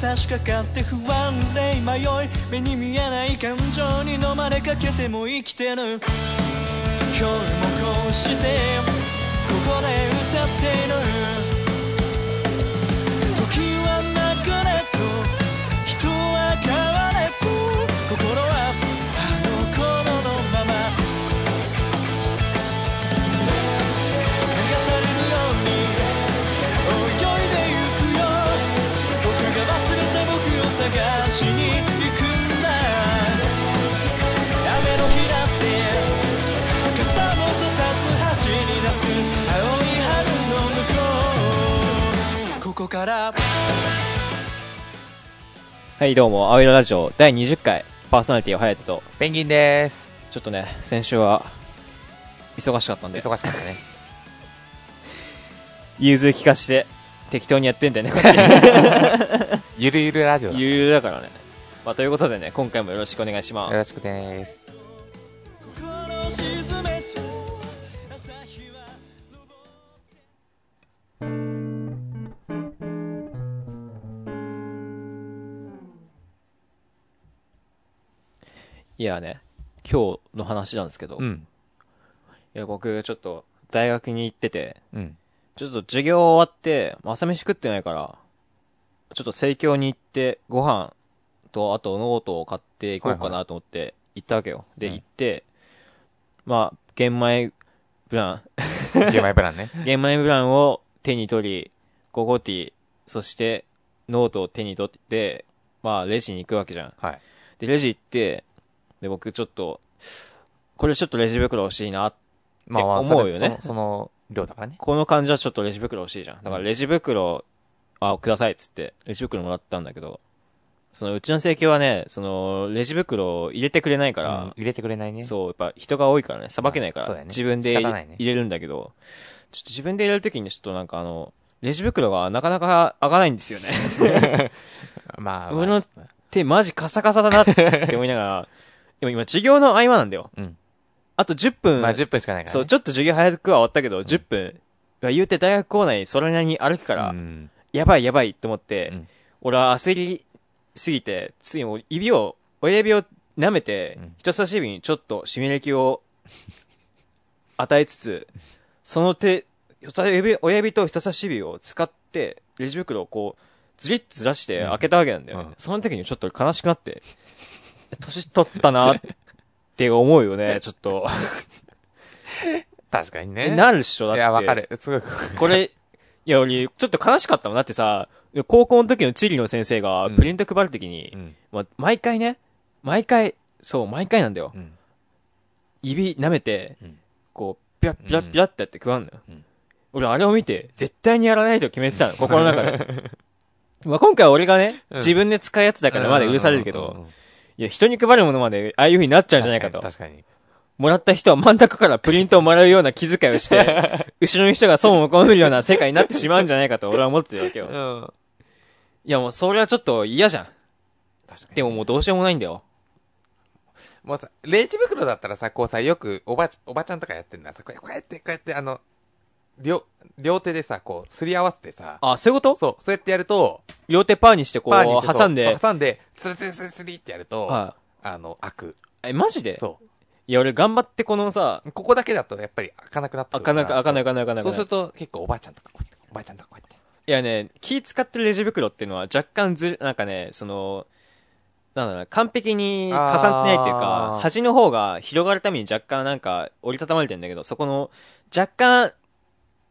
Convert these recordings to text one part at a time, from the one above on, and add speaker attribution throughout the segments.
Speaker 1: 差し掛かって不安で迷い目に見えない感情に飲まれかけても生きてる今日もこうしてここで歌っている時は流れと人は変われと心はあの頃のまま流されるように泳いでゆくよ僕が忘れた僕を探しに行くんだ雨の日だって傘もささず走り出す青い春の向こうここから
Speaker 2: はい、どうも、青色ラジオ第20回、パーソナリティをハヤテと、
Speaker 3: ペンギンです。
Speaker 2: ちょっとね、先週は、忙しかったんで、
Speaker 3: 忙しかったね。
Speaker 2: 融通聞かして、適当にやってんだよね、こっ
Speaker 3: ゆるゆるラジオ
Speaker 2: ち。
Speaker 3: だ。よ
Speaker 2: ゆるゆるだからね。まあ、ということでね、今回もよろしくお願いしま
Speaker 3: ろしくです。
Speaker 1: 心を沈めて朝日は
Speaker 2: す。いやね、今日の話なんですけど、い
Speaker 3: ん。
Speaker 2: や、僕、ちょっと、大学に行ってて、
Speaker 3: うん。
Speaker 2: ちょっと授業終わって、朝飯食ってないから、ちょっと生協に行って、ご飯と、あとノートを買っていこうかなと思って、行ったわけよ。で、
Speaker 3: うん
Speaker 2: 行って、まあ、玄米ブラ
Speaker 3: ゲーマイプランね。
Speaker 2: ン、玄米ブランを手に取り、ゴゴティ、そして、ノートを手に取って、まあ、レジに行くわけじゃん。
Speaker 3: はい。
Speaker 2: で、レジ行って、で、僕ちょっと、これちょっとレジ袋欲しいな。
Speaker 3: まあまあ、
Speaker 2: って思うよね
Speaker 3: それそのその量だからね。
Speaker 2: この感じはちょっとレジ袋欲しいじゃん。だからレジ袋、あ、くださいっつって、レジ袋もらったんだけど、そのうちの請求はね、その、レジ袋を入れてくれないか
Speaker 3: うん
Speaker 2: ら、
Speaker 3: 入れてくれないね。
Speaker 2: そう、やっぱ人が多いからね、さばけないか
Speaker 3: まあそう
Speaker 2: ら、
Speaker 3: だよね
Speaker 2: 自分で
Speaker 3: 仕方ないね
Speaker 2: 入れるんだけど、ちょっと自分で入れるときにちょっとなんかあの、レジ袋がなかなか開かないんですよね。
Speaker 3: まあ、
Speaker 2: 俺
Speaker 3: ま
Speaker 2: の
Speaker 3: あ、
Speaker 2: 手マジカサカサだなって思いながら、で も今授業の合間なんだよ。
Speaker 3: うん
Speaker 2: あと10分、
Speaker 3: まあ10分しかないからね。
Speaker 2: そう、ちょっと授業早くは終わったけど、10分、言うて大学校内それなりに歩くから、
Speaker 3: うん
Speaker 2: やばいやばいって思って、
Speaker 3: うん
Speaker 2: 俺は焦りすぎて、ついもう指を、親指を舐めて、
Speaker 3: うん
Speaker 2: 人差し指にちょっと湿り気を 与えつつ、その手、人差指親指と人差し指を使って、レジ袋をこう、ずりっとずらして
Speaker 3: うん
Speaker 2: 開けたわけなんだよね。
Speaker 3: うん
Speaker 2: その時にちょっと悲しくなって、年取ったなって思う よね、ちょっと。
Speaker 3: 確かにね。
Speaker 2: なるっしょ、だ
Speaker 3: い
Speaker 2: って。
Speaker 3: や、わかる。すごい。
Speaker 2: これ、いや、俺、ちょっと悲しかったもん。だってさ、高校の時の地理の先生が
Speaker 3: うん
Speaker 2: プリント配る時に、
Speaker 3: うん。
Speaker 2: まあ、毎回ね、毎回、そう、毎回なんだよ。
Speaker 3: うん。
Speaker 2: 指舐めて、
Speaker 3: うん
Speaker 2: こう、ピラッピラッピラってやって食わんのよ。
Speaker 3: うん
Speaker 2: 俺、あれを見て、絶対にやらないと決めてたの、心の中で。 まあ今回は俺がね、
Speaker 3: うん
Speaker 2: 自分で使うやつだからまだ許されるけ
Speaker 3: うんうん
Speaker 2: ど、
Speaker 3: うん、
Speaker 2: いや、人に配るものまで、ああいう風になっちゃうんじゃないか
Speaker 3: 確か
Speaker 2: と
Speaker 3: に。。確かに。
Speaker 2: もらった人は真ん中からプリントをもらうような気遣いをして、 後ろの人が損をこむるような世界になってしまうんじゃないかと俺は思ってるわけよ。
Speaker 3: ん。
Speaker 2: いやもうそれはちょっと嫌じゃん。
Speaker 3: 確かに。
Speaker 2: でももうどうしようもないんだよ。
Speaker 3: もうさ、レジ袋だったらさ、こうさ、よくおばち、おばちゃんとかやってんださ、こうやこうやって、こうやって、あの、両、両手でさ、こう、すり合わせてさ、
Speaker 2: あ、そういうこと
Speaker 3: そう、そうやってやると、
Speaker 2: 両手パーにしてこ
Speaker 3: パーにし
Speaker 2: う、
Speaker 3: てそう
Speaker 2: 挟んで
Speaker 3: そう。挟んで、スリスリスリスリってやると、
Speaker 2: は
Speaker 3: あの、開く。
Speaker 2: い。え、マジで
Speaker 3: そ
Speaker 2: いや俺頑張ってこのさ、
Speaker 3: う。ここだけだと、やっぱり開かなくなってく
Speaker 2: 開
Speaker 3: る
Speaker 2: かなく、開かな
Speaker 3: そ
Speaker 2: く、開かなく、開かな
Speaker 3: う
Speaker 2: く。
Speaker 3: そうすると、結構おばあちゃんとか、こうやって、おばあちゃんとかこうやって。
Speaker 2: いやね、気使ってるレジ袋っていうのは若干ずれ、なんかね、その、なんだろうな、完璧に重なってないっていう
Speaker 3: あ
Speaker 2: か
Speaker 3: ー、
Speaker 2: 端の方が広がるために若干なんか折りたたまれてんだけど、そこの、若干、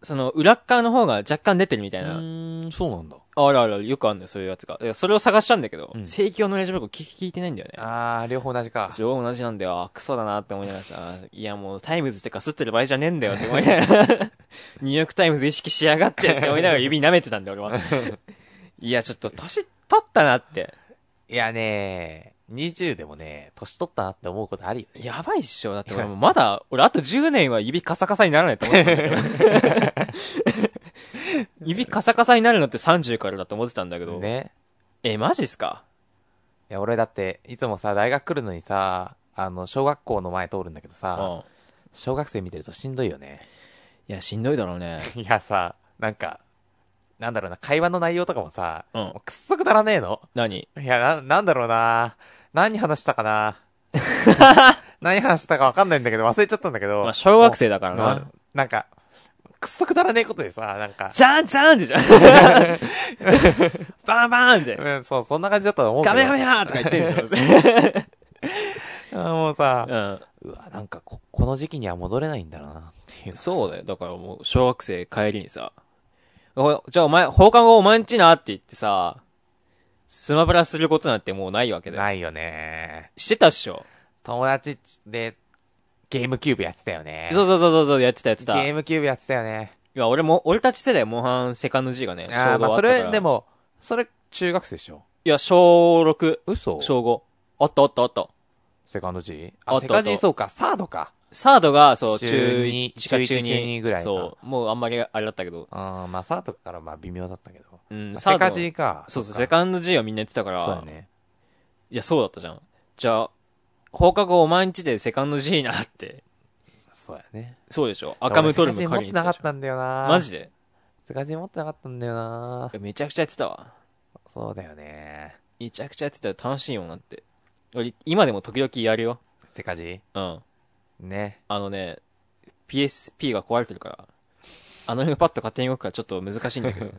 Speaker 2: その裏っ側の方が若干出てるみたいな。
Speaker 3: ーん、そうなんだ。
Speaker 2: あらあら、よくあるんだよ、そういうやつが。いやそれを探したんだけど
Speaker 3: う、ん
Speaker 2: 正規用のレジ袋聞き聞いてないんだよね。
Speaker 3: あー、両方同じか。
Speaker 2: それ同じなんだよ。あクソだなって思いながらさ、いやもうタイムズってかすってる場合じゃねえんだよって思いなが ら、ニューヨークタイムズ意識しやがってって思いながら指舐めてたんだよ、俺は。いや、ちょっと年取ったなって。
Speaker 3: いやね20でもね、年取ったなって思うことあるよね。
Speaker 2: やばいっしょ。だって俺もうまだ、俺あと10年は指カサカサにならないと思ってたんだけど。 指カサカサになるのって30からだと思ってたんだけど。
Speaker 3: ね。
Speaker 2: え、マジっすか
Speaker 3: いや、俺だって、いつもさ、大学来るのにさ、あの、小学校の前通るんだけど
Speaker 2: う
Speaker 3: さ、
Speaker 2: ん。
Speaker 3: 小学生見てるとしんどいよね。
Speaker 2: いや、しんどいだろうね。
Speaker 3: いやさ、なんか、なんだろうな、会話の内容とかもさ、
Speaker 2: うん
Speaker 3: もくっそくだらねえの
Speaker 2: 何
Speaker 3: いや、な、なんだろうな。何話したか な。何話したかわかんないんだけど、忘れちゃったんだけど。
Speaker 2: まあ、小学生だから
Speaker 3: な
Speaker 2: な。
Speaker 3: なんか、くっそくだらねえことでさ、なんか、
Speaker 2: じゃんじゃんってじゃん。 バンバンって。
Speaker 3: うん、そう、そんな感じだったと思うけ
Speaker 2: ガ
Speaker 3: ど。
Speaker 2: メガメやーとか言ってるでし
Speaker 3: あもうさ
Speaker 2: ょ。う、ん。
Speaker 3: うわ、なんかこ、この時期には戻れないんだろうな、っていう。
Speaker 2: そうだよ。だからもう、小学生帰りにさ、おじゃあお前、放課後お前んちなって言ってさ、スマブラすることなんてもうないわけだよ。
Speaker 3: ないよね。
Speaker 2: してたっしょ。
Speaker 3: 友達っちで、ゲームキューブやってたよね。
Speaker 2: そうそうそうそうそう、やってたやってた。
Speaker 3: ゲームキューブやってたよね。
Speaker 2: いや、俺も、俺たち世代、モンハンセカンド G がね、ちょうど
Speaker 3: ああ、まあ、そ
Speaker 2: ったか
Speaker 3: れ、
Speaker 2: ら
Speaker 3: で。も、それ、中学生でしょ
Speaker 2: いや、小6、
Speaker 3: 嘘
Speaker 2: 小5。あったあったあった。
Speaker 3: セカンド G?
Speaker 2: あ
Speaker 3: あ、
Speaker 2: った
Speaker 3: セカン
Speaker 2: あ
Speaker 3: ド
Speaker 2: っ
Speaker 3: G
Speaker 2: た
Speaker 3: そうか、サードか。
Speaker 2: サードが、そう、
Speaker 3: 中
Speaker 2: 中
Speaker 3: 二
Speaker 2: 1か中
Speaker 3: 中一中二
Speaker 2: 2
Speaker 3: ぐらいか
Speaker 2: そう、もうあんまりあれだったけど。
Speaker 3: うん、まあ、サードからまあ微妙だったけど。
Speaker 2: うん、
Speaker 3: まあ
Speaker 2: サ
Speaker 3: セ
Speaker 2: ード
Speaker 3: カ
Speaker 2: の。
Speaker 3: ジか。
Speaker 2: そうそう、
Speaker 3: そ
Speaker 2: セ
Speaker 3: っか
Speaker 2: カンド G はみんなやってたから。
Speaker 3: そうだね。
Speaker 2: いや、そうだったじゃん。じゃあ、放課後お前んちでセカンド G なって。
Speaker 3: そうやね。
Speaker 2: そうでしょ赤ムトルム
Speaker 3: 俺セカジ持っ
Speaker 2: 借り
Speaker 3: て
Speaker 2: に行
Speaker 3: な
Speaker 2: って
Speaker 3: か
Speaker 2: た
Speaker 3: った
Speaker 2: でしょ
Speaker 3: んだよな
Speaker 2: マジで
Speaker 3: セカジ持ってなかったんだよない
Speaker 2: やめちゃくちゃやってたわ。
Speaker 3: そうだよね。
Speaker 2: めちゃくちゃやってたら楽しいよなって。俺、今でも時々やるよ。
Speaker 3: セカジ
Speaker 2: うん。
Speaker 3: ね。
Speaker 2: あのね、PSP が壊れてるから、アナログパッド勝手に動くからちょっと難しいんだけど。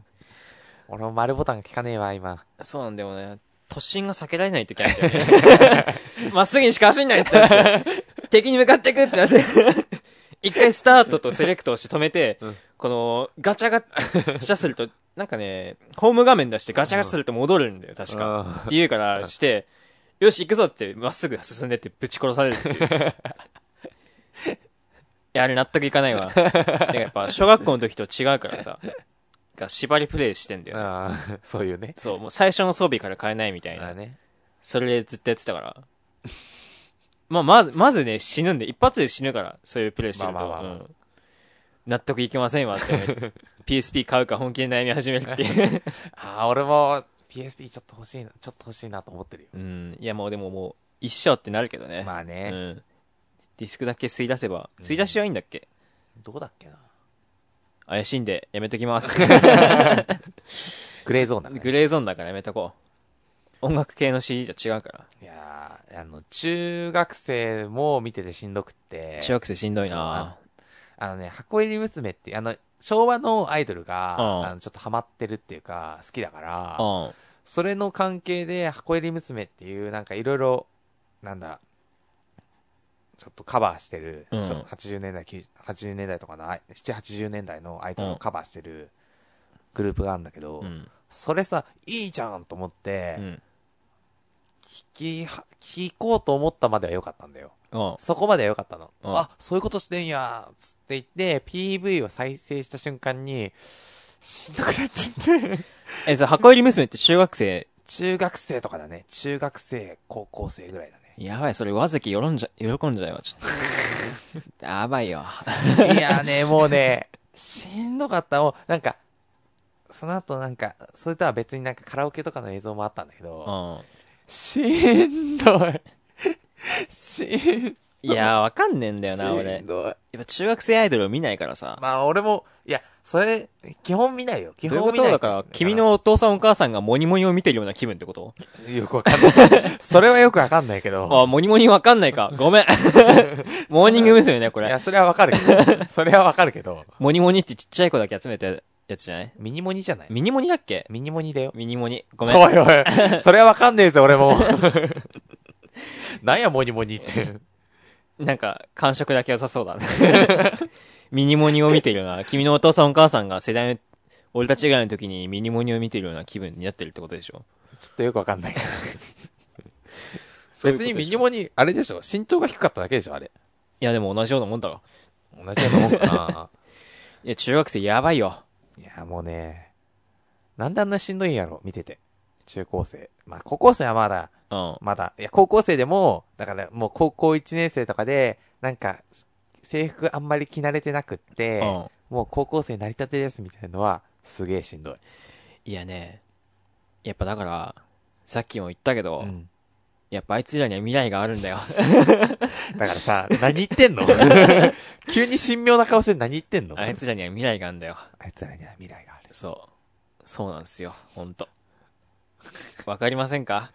Speaker 3: 俺も丸ボタン効かねえわ、今。
Speaker 2: そうなんだよね。突進が避けられない時あるんだよね。 まっすぐにしか走んないってなって敵に向かってくってなって。一回スタートとセレクトをして止めて、この、ガチャガチャすると、なんかね、ホーム画面出してガチャガチャすると戻るんだよ、確か。
Speaker 3: うん
Speaker 2: っていうからして、よし、行くぞって、まっすぐ進んでってぶち殺されるっていう。いや、あれ納得いかないわ。なんかやっぱ、小学校の時と違うからさ、が縛りプレイしてんだよね。
Speaker 3: うんそういうね。
Speaker 2: そう、もう最初の装備から変えないみたい
Speaker 3: あ
Speaker 2: な。
Speaker 3: ね。
Speaker 2: それでずっとやってたから。 まあ、まず、まずね、死ぬんで、一発で死ぬから、そういうプレイしてると。
Speaker 3: まあまあまあまあ
Speaker 2: うん納得いきませんわっ てね。PSP 買うか本気で悩み始めるっていう。
Speaker 3: ああ、俺も PSP ちょっと欲しいな、ちょっと欲しいなと思ってるよ。
Speaker 2: うん。いや、もうでももう、一生ってなるけどね。
Speaker 3: まあ
Speaker 2: う
Speaker 3: ね。
Speaker 2: ん。ディスクだけ吸い出せば、吸い出しはいいんだっけ、
Speaker 3: どこだっけな。
Speaker 2: 怪しいんで、やめと きます。
Speaker 3: グレーゾーンだね。
Speaker 2: グレーゾーンだからやめとこう。音楽系の CD と違うから。
Speaker 3: いやーあの、中学生も見ててしんどくって。
Speaker 2: 中学生しんどい
Speaker 3: そう
Speaker 2: な
Speaker 3: ああのね、箱入り娘って、あの、昭和のアイドルが、
Speaker 2: うん
Speaker 3: あの、ちょっとハマってるっていうか、好きだから、
Speaker 2: うん。
Speaker 3: それの関係で、箱入り娘っていう、なんかいろいろ、なんだ、ちょっとカバーしてる、
Speaker 2: うん
Speaker 3: そう80年代、90 80年代とかの、あい7、80年代のアイドルをカバーしてるグループがあるんだけど、
Speaker 2: うん。
Speaker 3: それさ、いいじゃんと思って、
Speaker 2: うん。
Speaker 3: 聞きは、聞こうと思ったまでは良かったんだよ。
Speaker 2: うん。
Speaker 3: そこまでは良かったの。
Speaker 2: うん
Speaker 3: あ、そういうことしてんやーつって言って、PV を再生した瞬間に、しんどくなっちゃって。
Speaker 2: え、それ箱入り娘って中学生
Speaker 3: 中学生とかだね。中学生、高校生ぐらいだね。
Speaker 2: やばい、それ、わずき喜んじゃ、喜んじゃうわ、ちょっ と。やばいよ。
Speaker 3: いやー ね、もうね、しんどかった。もう、なんか、その後なんか、それとは別になんかカラオケとかの映像もあったんだけ
Speaker 2: う
Speaker 3: ど、
Speaker 2: ん。
Speaker 3: しんどい。しん
Speaker 2: いやー、わかんねえんだよな、俺。や
Speaker 3: しんどい。
Speaker 2: っぱ中学生アイドルを見ないからさ。
Speaker 3: まあ俺も、いや、それ、基本見ないよ。基
Speaker 2: どういう
Speaker 3: 本
Speaker 2: こ
Speaker 3: 見な
Speaker 2: と
Speaker 3: い。
Speaker 2: だから、君のお父さんお母さんがモニモニを見てるような気分ってこと
Speaker 3: よくわかんない。 それはよくわかんないけど。
Speaker 2: あ、モニモニわかんないか。 ごめん。モーニング娘。ね、こ
Speaker 3: い
Speaker 2: れ
Speaker 3: や、。それはわかるけど。それはわかるけど。
Speaker 2: モニモニってちっちゃい子だけ集めたやつじゃない
Speaker 3: ミニモニじゃない
Speaker 2: ミニモニだっけ
Speaker 3: ミニモニだよ。
Speaker 2: ミニモニ。ご
Speaker 3: お
Speaker 2: め
Speaker 3: い
Speaker 2: ん。
Speaker 3: お い。それはわかんねえぞ、俺も。なんや、モニモニって。
Speaker 2: なんか、感触だけ良さそうだね。 ミニモニを見てるような、君のお父さんお母さんが世代の、俺たち以外の時にミニモニを見てるような気分になってるってことでしょ
Speaker 3: ちょっとよくわかんないけど。
Speaker 2: そうい
Speaker 3: 別
Speaker 2: うこと
Speaker 3: にミ
Speaker 2: で
Speaker 3: ニ
Speaker 2: しょ
Speaker 3: モニ、あれでしょ身長が低かっただけでしょ、あれ。
Speaker 2: いや、でも同じようなもんだろ。
Speaker 3: 同じようなもんかな。
Speaker 2: いや、中学生やばいよ。
Speaker 3: いや、もうね。なんであんなしんどいんやろ、見てて。中高生。まあ、高校生はまだ、
Speaker 2: うん。
Speaker 3: まだ、いや、高校生でも、だからもう高校1年生とかで、なんか、制服あんまり着慣れてなくって、
Speaker 2: うん。
Speaker 3: もう高校生成り立てですみたいなのは、すげえしんどい。
Speaker 2: いやね、やっぱだから、さっきも言ったけど、
Speaker 3: うん
Speaker 2: やっぱあいつらには未来があるんだよ。
Speaker 3: だからさ、何言ってん の急に神妙な顔して何言ってんの
Speaker 2: あいつらには未来があるんだよ。
Speaker 3: あいつらには未来がある。
Speaker 2: そそうなんですよ。ほんと。わかりませんか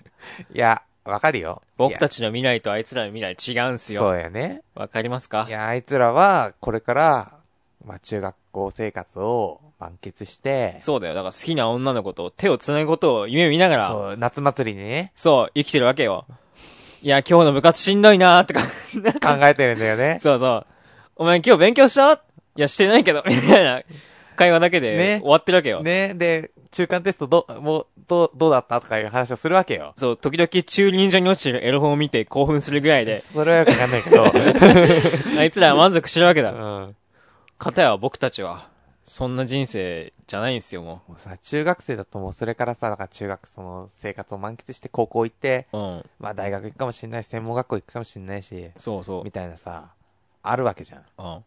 Speaker 3: いや、わかるよ。
Speaker 2: 僕た
Speaker 3: ち
Speaker 2: ちの未来とあいつらの未来違うんすよ。
Speaker 3: そうやね。
Speaker 2: わかりますか
Speaker 3: いや、あいつらは、これから、まあ、中学校生活を満喫して、
Speaker 2: そうだよ。だから好きな女の子と手を繋ぐことを夢見ながら、そう
Speaker 3: そう、夏祭りにね、
Speaker 2: 生きてるわけよ。いや、今日の部活しんどいなーとか、
Speaker 3: 考えてるんだよ ね。
Speaker 2: そうそう。お前今日勉強したいや、してないけど、みたいな会話だけで
Speaker 3: ね
Speaker 2: 終わってるわけよ。
Speaker 3: ね、で、中間テストど、もう、どう、どうだったとかいう話をするわけよ。
Speaker 2: そう、時々駐輪場に落ちてるエロ本を見て興奮するぐらい で、
Speaker 3: それはよくわかんないけ ど。
Speaker 2: あいつらは満足してるわけ
Speaker 3: う
Speaker 2: だ。
Speaker 3: ん。
Speaker 2: かたや僕たちは、そんな人生じゃないんですよ、も
Speaker 3: もうさ、中学生だともうそれからさ、だから中学、その生活を満喫して高校行って、
Speaker 2: う。うん。
Speaker 3: まあ大学行くかもしんないし、専門学校行くかもしんないし、
Speaker 2: そうそう
Speaker 3: み。たいなさ、あるわけじゃん。
Speaker 2: うん。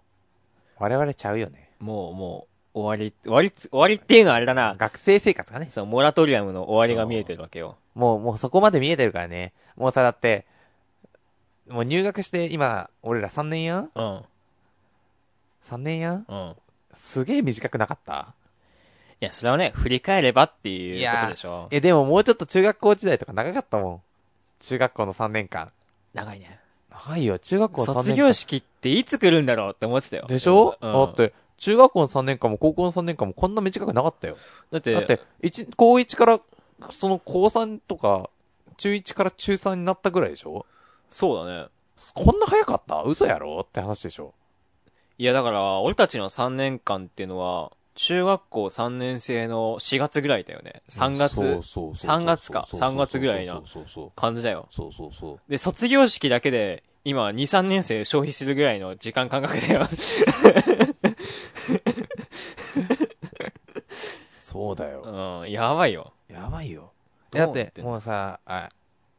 Speaker 3: 我々ちゃうよね。
Speaker 2: もう、もう、終わり、終わりつ、終わりっていうのはあれだな。
Speaker 3: 学生生活がね、
Speaker 2: そう、モラトリアムの終わりが見えてるわけよ。
Speaker 3: もう、もうそこまで見えてるからね。もうさ、だって、もう入学して今、俺ら3年やん
Speaker 2: うん。
Speaker 3: ?3 年やん
Speaker 2: うん。
Speaker 3: すげえ短くなかった
Speaker 2: いや、それはね、振り返ればっていうことでしょ。
Speaker 3: え、でももうちょっと中学校時代とか長かったもん。中学校の3年間。
Speaker 2: 長いね。
Speaker 3: ないよ、中学校の3年間。
Speaker 2: 卒業式っていつ来るんだろうって思ってたよ。
Speaker 3: でしょ、
Speaker 2: う
Speaker 3: だっ
Speaker 2: ん、
Speaker 3: て、中学校の3年間も高校の3年間もこんな短くなかったよ。
Speaker 2: だって、
Speaker 3: だって、一高1から、その高3とか、中1から中3になったぐらいでしょ
Speaker 2: そうだね。
Speaker 3: こんな早かった嘘やろって話でしょ
Speaker 2: いや、だから、俺たちの3年間っていうのは、中学校3年生の4月ぐらいだよね。3月、
Speaker 3: そうそうそう
Speaker 2: 3月か
Speaker 3: そうそうそう
Speaker 2: 3月ぐらいな
Speaker 3: そうそうそう
Speaker 2: 感じだよ。
Speaker 3: そうそうそう
Speaker 2: で、卒業式だけで、今、2、3年生消費するぐらいの時間感覚だよ。
Speaker 3: そうだよ。
Speaker 2: うん、やばいよ。
Speaker 3: やばいよ。
Speaker 2: どうな
Speaker 3: だっ
Speaker 2: っ
Speaker 3: て
Speaker 2: んの
Speaker 3: て、もうさ、あ、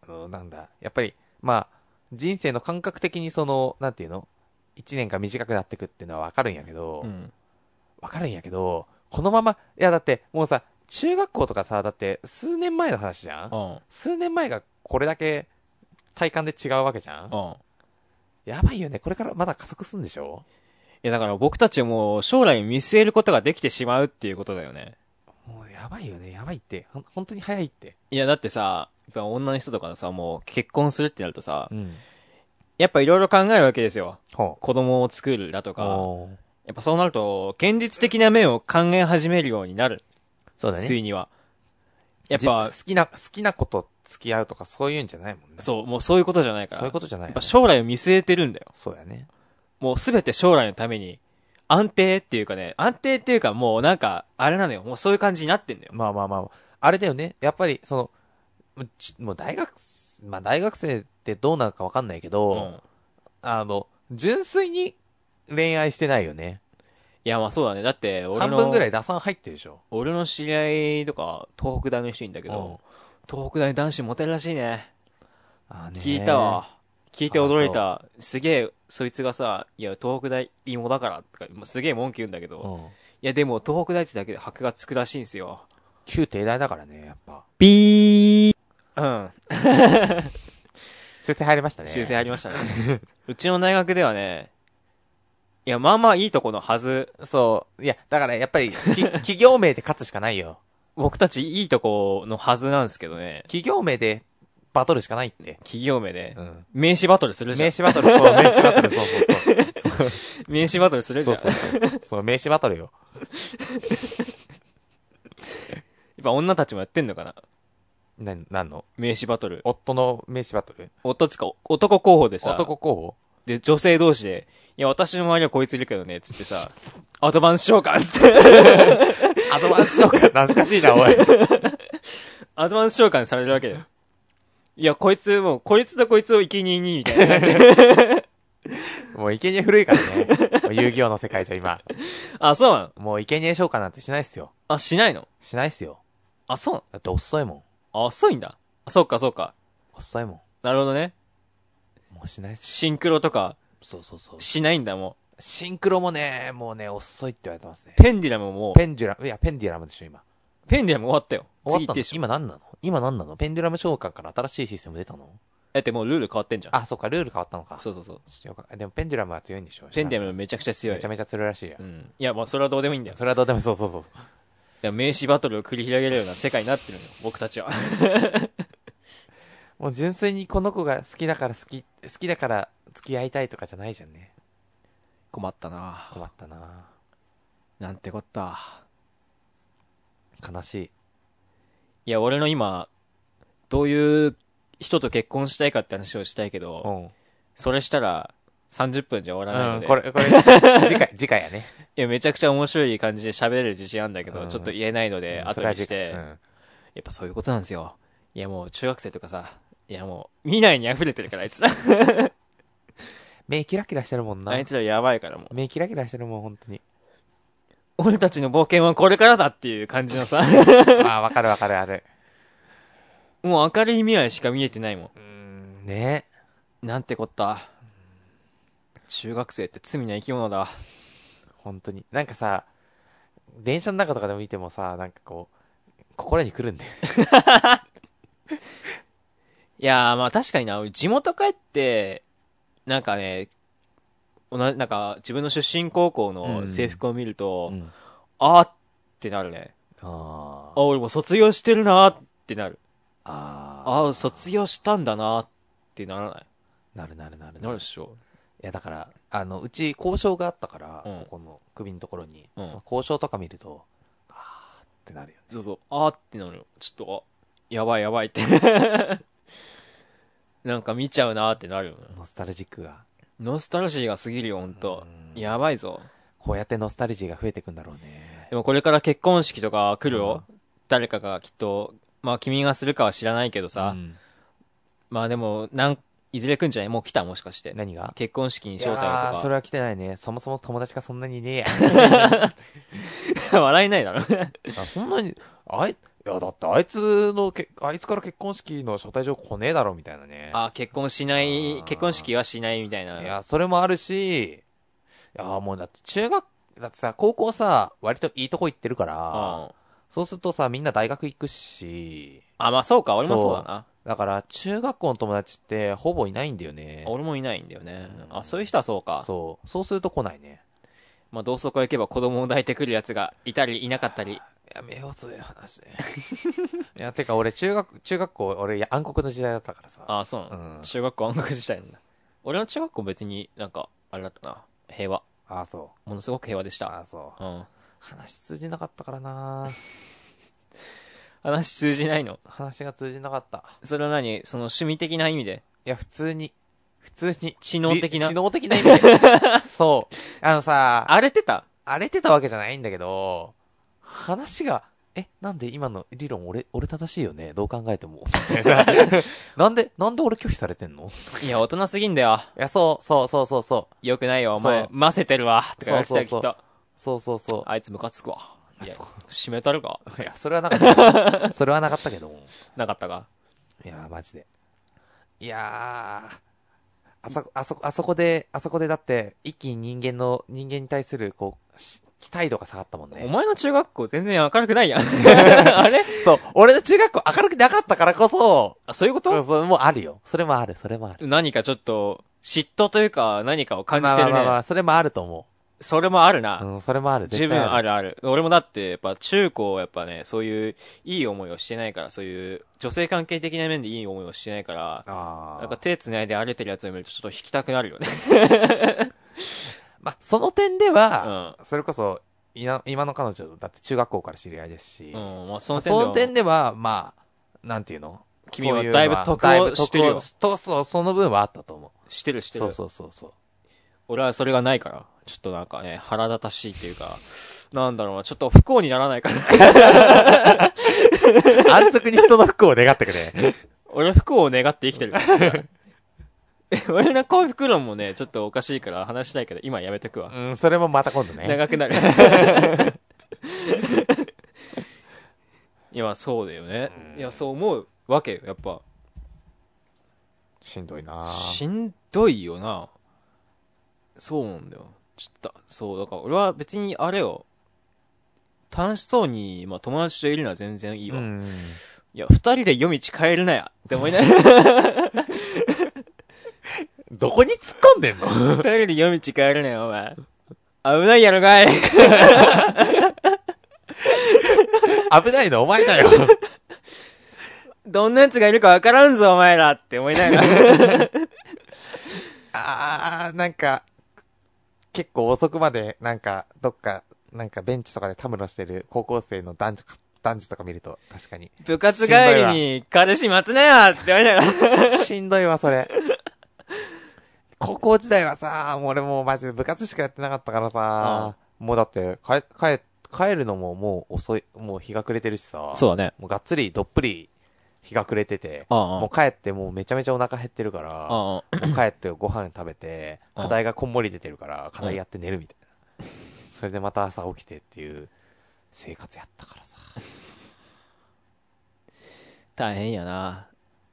Speaker 3: あの、なんだ、やっぱり、まあ、人生の感覚的にその、なんていうの一年が短くなってくっていうのはわかるんやけど、わ
Speaker 2: う、ん。
Speaker 3: かるんやけど、このまま、いやだって、もうさ、中学校とかさ、だって、数年前の話じゃん
Speaker 2: うん。うん。
Speaker 3: 数年前がこれだけ体感で違うわけじゃんやばいよね。これからまだ加速すんでしょ
Speaker 2: いや、だから僕たちも将来見据えることができてしまうっていうことだよね。
Speaker 3: もうやばいよね。やばいって。ほん本当に早いって。
Speaker 2: いや、だってさ、やっぱ女の人とかのさ、もう結婚するってなるとさ
Speaker 3: う、ん。
Speaker 2: やっぱいろいろ考えるわけですよ。
Speaker 3: ほ
Speaker 2: 子供を作るだと
Speaker 3: う。
Speaker 2: か、
Speaker 3: おー
Speaker 2: やっぱそうなると、現実的な面を考え始めるようになる。
Speaker 3: そうだね
Speaker 2: つ。いには。やっぱ
Speaker 3: じ、好きな、好きなこと付き合うとかそういうんじゃないもんね。
Speaker 2: そう、もうそういうことじゃないから。
Speaker 3: そういうことじゃない
Speaker 2: やっ
Speaker 3: よ
Speaker 2: ぱ
Speaker 3: ね。
Speaker 2: 将来を見据えてるんだよ。
Speaker 3: そうやね。
Speaker 2: もうすべて将来のために、安定っていうかね、安定っていうかもうなんか、あれなのよ。もうそういう感じになってんだよ。
Speaker 3: まあまあまあ。あれだよね。やっぱり、その、もうちもう大学、まあ大学生ってどうなるかわかんないけど、
Speaker 2: うん。
Speaker 3: あの、純粋に恋愛してないよね。
Speaker 2: いや、まあそうだね。だって、俺の、
Speaker 3: 半分ぐらい打算入ってるでしょ。
Speaker 2: 俺の知り合いとか、東北大の人いんだけど、東北大男子モテるらしいね。
Speaker 3: あーねー
Speaker 2: 聞いた。わ。聞いて驚いた。すげえ、そいつがさ、いや、東北大芋だから、とか、まあすげえ文句言うんだけど、
Speaker 3: う
Speaker 2: い
Speaker 3: ん。
Speaker 2: や、でも東北大ってだけで箔がつくらしいんですよ。
Speaker 3: 旧帝大だからね、やっぱ。
Speaker 2: ビーうん。
Speaker 3: 修正入りましたね。
Speaker 2: 修正ありましたね。 うちの大学ではね、いや、まあまあいいとこのはず。
Speaker 3: そう。いや、だからやっぱり、き 企業名で勝つしかないよ。
Speaker 2: 僕たちいいとこのはずなんですけどね。
Speaker 3: 企業名でバトルしかないって。
Speaker 2: 企業名で
Speaker 3: う。ん。
Speaker 2: 名刺バトルするじゃん
Speaker 3: 名。刺バトル、そう、名刺バトル、そう そうそう。
Speaker 2: 名刺バトルするじ
Speaker 3: そう
Speaker 2: ゃ。
Speaker 3: んそうそう。そう、名刺バトルよ。
Speaker 2: やっぱ女たちもやってんのかな
Speaker 3: な、なんの
Speaker 2: 名刺バトル。
Speaker 3: 夫の名刺バトル
Speaker 2: 夫つか、男候補でさ、
Speaker 3: 男候
Speaker 2: で、女性同士で、いや、私の周りはこいついるけどね、つってさ、 アドバンスしようか、つって。
Speaker 3: 補アドバンスとか 懐かしいな、おい。
Speaker 2: アドバンス召喚されるわけだよ。いや、こいつ、もう、こいつとこいつを生贄に、みたいな 感じで。
Speaker 3: もう、生贄古いからね。もう遊戯王の世界じゃ今。
Speaker 2: あ、そうなの
Speaker 3: もう、生贄召喚なんてしないっすよ。
Speaker 2: あ、しないの
Speaker 3: しないっすよ。
Speaker 2: あ、そうなの
Speaker 3: だって遅いもん。
Speaker 2: あ、遅いんだ。あそうか、そうか。
Speaker 3: 遅いも
Speaker 2: なるほどね。
Speaker 3: ん。もうしないっす。
Speaker 2: シンクロとか、
Speaker 3: そうそうそう。
Speaker 2: しないんだ、も
Speaker 3: シンクロもね、もうね、遅いって言われてますね
Speaker 2: う。。ペンデュラムも、
Speaker 3: ペンデュラム、いや、ペンデュラムでしょ、今。
Speaker 2: ペンデュラム終わったよ。
Speaker 3: 終
Speaker 2: 次
Speaker 3: わ
Speaker 2: 行
Speaker 3: っ
Speaker 2: って
Speaker 3: た
Speaker 2: で
Speaker 3: の
Speaker 2: しょ。
Speaker 3: 今何なの今何なのペンデュラム召喚から新しいシステム出たの
Speaker 2: だってもうルール変わってんじゃん。
Speaker 3: あ、そうか、ルール変わったのか。
Speaker 2: そうそうそう。
Speaker 3: ちょっとよかでも、ペンデュラムは強いんでしょ
Speaker 2: ペンデュ
Speaker 3: ム
Speaker 2: ラムめちゃくちゃ強い。
Speaker 3: めちゃめちゃ強いらしいよ
Speaker 2: う。ん。いや、まあ、それはどうでもいいんだよ。
Speaker 3: それはどうでもそうそうそうそう。
Speaker 2: でも名刺バトルを繰り広げるような世界になってるのよ、僕たちは。
Speaker 3: もう純粋にこの子が好きだから好き、好きだから付き合いたいとかじゃないじゃんね。
Speaker 2: 困ったな
Speaker 3: 困ったな
Speaker 2: なんてこった。
Speaker 3: 悲しい。
Speaker 2: いや、俺の今、どういう人と結婚したいかって話をしたいけ
Speaker 3: う
Speaker 2: ど、
Speaker 3: ん。
Speaker 2: それしたら30分じゃ終わらないの
Speaker 3: うん、
Speaker 2: で、
Speaker 3: これ、これ、次 回、次回やね。
Speaker 2: いや、めちゃくちゃ面白い感じで喋れる自信あるんだけど、
Speaker 3: うん
Speaker 2: ちょっと言えないので、
Speaker 3: うんそ
Speaker 2: 後
Speaker 3: れは
Speaker 2: に
Speaker 3: 次
Speaker 2: して、
Speaker 3: う
Speaker 2: や
Speaker 3: ん
Speaker 2: っぱそういうことなんですよ。いや、もう中学生とかさ、いや、もう未来に溢れてるから、あいつら。
Speaker 3: 目キラキラしてるもんな
Speaker 2: あい。つらやばいからもう。
Speaker 3: 目キラキラしてるもん、本 当に。
Speaker 2: 俺たちの冒険はこれからだっていう感じの さ、
Speaker 3: ああ、わかるわかるある。
Speaker 2: もう明るい未来しか見えてないも
Speaker 3: うん、ね
Speaker 2: ん。なんてこった。中学生って罪な生き物だ。
Speaker 3: 本当に。なんかさ、電車の中とかでも見てもさ、なんかこう、心に来るんだよね。
Speaker 2: いやー、まあ確かにな、俺地元帰って、なんかね、同じ、なんか自分の出身高校の制服を見ると、
Speaker 3: うん
Speaker 2: あーってなるね。
Speaker 3: あ
Speaker 2: あ、俺もう卒業してるなーってなる。
Speaker 3: あ。
Speaker 2: あー、卒業したんだなーってならない。
Speaker 3: なるなるなる
Speaker 2: な
Speaker 3: な
Speaker 2: る
Speaker 3: る
Speaker 2: で。しょ。
Speaker 3: いや、だから、あの、うち、交渉があったから、
Speaker 2: うん
Speaker 3: ここの首のところに、
Speaker 2: うん
Speaker 3: その交渉とか見ると、あーってなるよね。
Speaker 2: そうそう、あーってなるよ。ちょっと、あ、やばいやばいって。 なんか見ちゃうなーってなるよね。
Speaker 3: ノスタルジックが。
Speaker 2: ノスタルジーが過ぎるよ、ほんと。
Speaker 3: うん
Speaker 2: やばいぞ。
Speaker 3: こうやってノスタルジーが増えていくんだろうね。
Speaker 2: でもこれから結婚式とか来るよ。誰かがきっと、まあ君がするかは知らないけどさ。
Speaker 3: うん
Speaker 2: まあでも、なん、いずれ来んじゃないもう来たもしかして。
Speaker 3: 何が
Speaker 2: 結婚式に
Speaker 3: い
Speaker 2: 招待
Speaker 3: やーそ
Speaker 2: と
Speaker 3: れは来てないね。そもそも友達がそんなにいねえや。
Speaker 2: か。 笑えないだろ。
Speaker 3: あそんなに、あい、いや、だってあいつのけ、あいつから結婚式の招待状来ねえだろ、みたいなね。
Speaker 2: あ、結婚しな
Speaker 3: あー
Speaker 2: い、結婚式はしないみたいな。
Speaker 3: いや、それもあるし、いや、もうだって中学、だってさ、高校さ、割といいとこ行ってるから、
Speaker 2: うん。
Speaker 3: そうするとさ、みんな大学行くし、
Speaker 2: あ、まあそうか、俺もそうだな。
Speaker 3: だから中学校の友達ってほぼいないんだよね。
Speaker 2: 俺もいないんだよね。あ、そういう人はそうか。
Speaker 3: そう。そうすると来ないね。
Speaker 2: まあ同窓会行けば子供を抱いてくるやつがいたりいなかったり。
Speaker 3: やめよう、そういう話。い や、てか俺中学、中学校、俺いや暗黒の時代だったからさ。
Speaker 2: あ、そうなの、
Speaker 3: うん
Speaker 2: 中学校音楽時代なんだ。俺の中学校別になんか、あれだったな。平和。
Speaker 3: ああ、そう。
Speaker 2: ものすごく平和でした。
Speaker 3: ああ、そう。
Speaker 2: うん。
Speaker 3: 話通じなかったからな
Speaker 2: 話通じないの
Speaker 3: 話が通じなかった。
Speaker 2: それは何その趣味的な意味で
Speaker 3: いや、普通に。普通に。
Speaker 2: 知能的な
Speaker 3: 知能的な意味 で。そう。あのさ、
Speaker 2: 荒れてた
Speaker 3: 荒れてたわけじゃないんだけど、話が、え、なんで今の理論俺、俺正しいよねどう考えても。みた いななんで、なんで俺拒否されてんの
Speaker 2: いや、大人すぎんだよ。
Speaker 3: いや、そう、そう、そう、そう、そう。
Speaker 2: よくないよ、お前
Speaker 3: そ。
Speaker 2: ませてるわ。とか言われてたよきっ
Speaker 3: そうそうそう
Speaker 2: と。
Speaker 3: そうそうそ
Speaker 2: あいつムカつくわ。いや
Speaker 3: そう、
Speaker 2: 締めたるか
Speaker 3: う。いや、それはなかった。それはなかったけども。
Speaker 2: なかったか
Speaker 3: いやー、マジで。いやー。あそこ、あそこ、あそこで、あそこでだって、一気に人間の、人間に対する、こう、し期待度が下がったもんね。
Speaker 2: お前の中学校全然明るくな いやん。あれ
Speaker 3: そう、俺の中学校明るくなかったからこそ、
Speaker 2: あ、そういうこ
Speaker 3: そう
Speaker 2: と
Speaker 3: そうもうあるよ。それもある、それもある。
Speaker 2: 何かちょっと、嫉妬というか何かを感じてる
Speaker 3: まあまあまあま
Speaker 2: ね。
Speaker 3: あ、それもあると思
Speaker 2: それもある
Speaker 3: う。
Speaker 2: な。
Speaker 3: うん、それもある。
Speaker 2: 十
Speaker 3: 絶
Speaker 2: 分
Speaker 3: 対
Speaker 2: あ。るある。俺もだって、やっぱ中高はやっぱね、そういう、いい思いをしてないから、そういう、女性関係的な面でいい思いをしてないから、
Speaker 3: あ
Speaker 2: なん
Speaker 3: あ
Speaker 2: か。手繋いで歩いてるやつを見るとちょっと引きたくなるよね。
Speaker 3: まあ、その点では、
Speaker 2: う
Speaker 3: それこそ、いな今の彼女、だって中学校から知り合いですし、
Speaker 2: うん、まあその点で
Speaker 3: そ
Speaker 2: は
Speaker 3: の点では、まあ、なんていうの
Speaker 2: 君は
Speaker 3: そうう
Speaker 2: だいぶ
Speaker 3: まあ
Speaker 2: 得を
Speaker 3: だいぶ
Speaker 2: してるよ
Speaker 3: 得をそうそう、その分はあったと思
Speaker 2: してるし
Speaker 3: う。
Speaker 2: てる。
Speaker 3: そうそうそうそう。
Speaker 2: 俺はそれがないから、ちょっとなんかね、腹立たしいっていうか、なんだろうな、ちょっと不幸にならない から。
Speaker 3: 安直に人の服を願ってく れ。
Speaker 2: 俺は不幸を願って生きてるから。 俺の幸福論もね、ちょっとおかしいから話したいけど、今やめとくわ。
Speaker 3: うん、それもまた今度ね。
Speaker 2: 長 くなる。いや、そうだよね。いや、そう思うわけよ、やっぱ。
Speaker 3: しんどいなぁ
Speaker 2: しんどいよな。そうなんだよ。ちょっと、そう、だから俺は別にあれよ。楽しそうに、まあ友達といるのは全然いいわ。
Speaker 3: うん。
Speaker 2: いや、二人で夜道帰るなやって思いながら、
Speaker 3: どこに突っ込んでんの
Speaker 2: 二人で夜道帰るなよ、お前。危ないやろがい。
Speaker 3: 危ないのお前 だよ。
Speaker 2: どんな奴がいるかわからんぞ、お前らって思いな がら。
Speaker 3: あー、なんか、結構遅くまで、なんか、どっか、なんかベンチとかでたむろしてる高校生の男女か、男女とか見ると、確かに。
Speaker 2: 部活帰りに彼氏待つなよって思いながら。
Speaker 3: しんどいわ、それ。高校時代はさ、もう俺もうマジで部活しかやってなかったからさ、もうだって、帰、帰、帰るのももう遅い、もう日が暮れてるしさ。
Speaker 2: そうだね。
Speaker 3: もうがっつりどっぷり日が暮れてて、
Speaker 2: ああ
Speaker 3: もう帰ってもうめちゃめちゃお腹減ってるか
Speaker 2: う
Speaker 3: ら、
Speaker 2: んうん。
Speaker 3: もう帰ってご飯食べて、
Speaker 2: うん
Speaker 3: 課題がこんもり出てるから、課題やって寝るみたいな。それでまた朝起きてっていう生活やったからさ。
Speaker 2: 大変やな。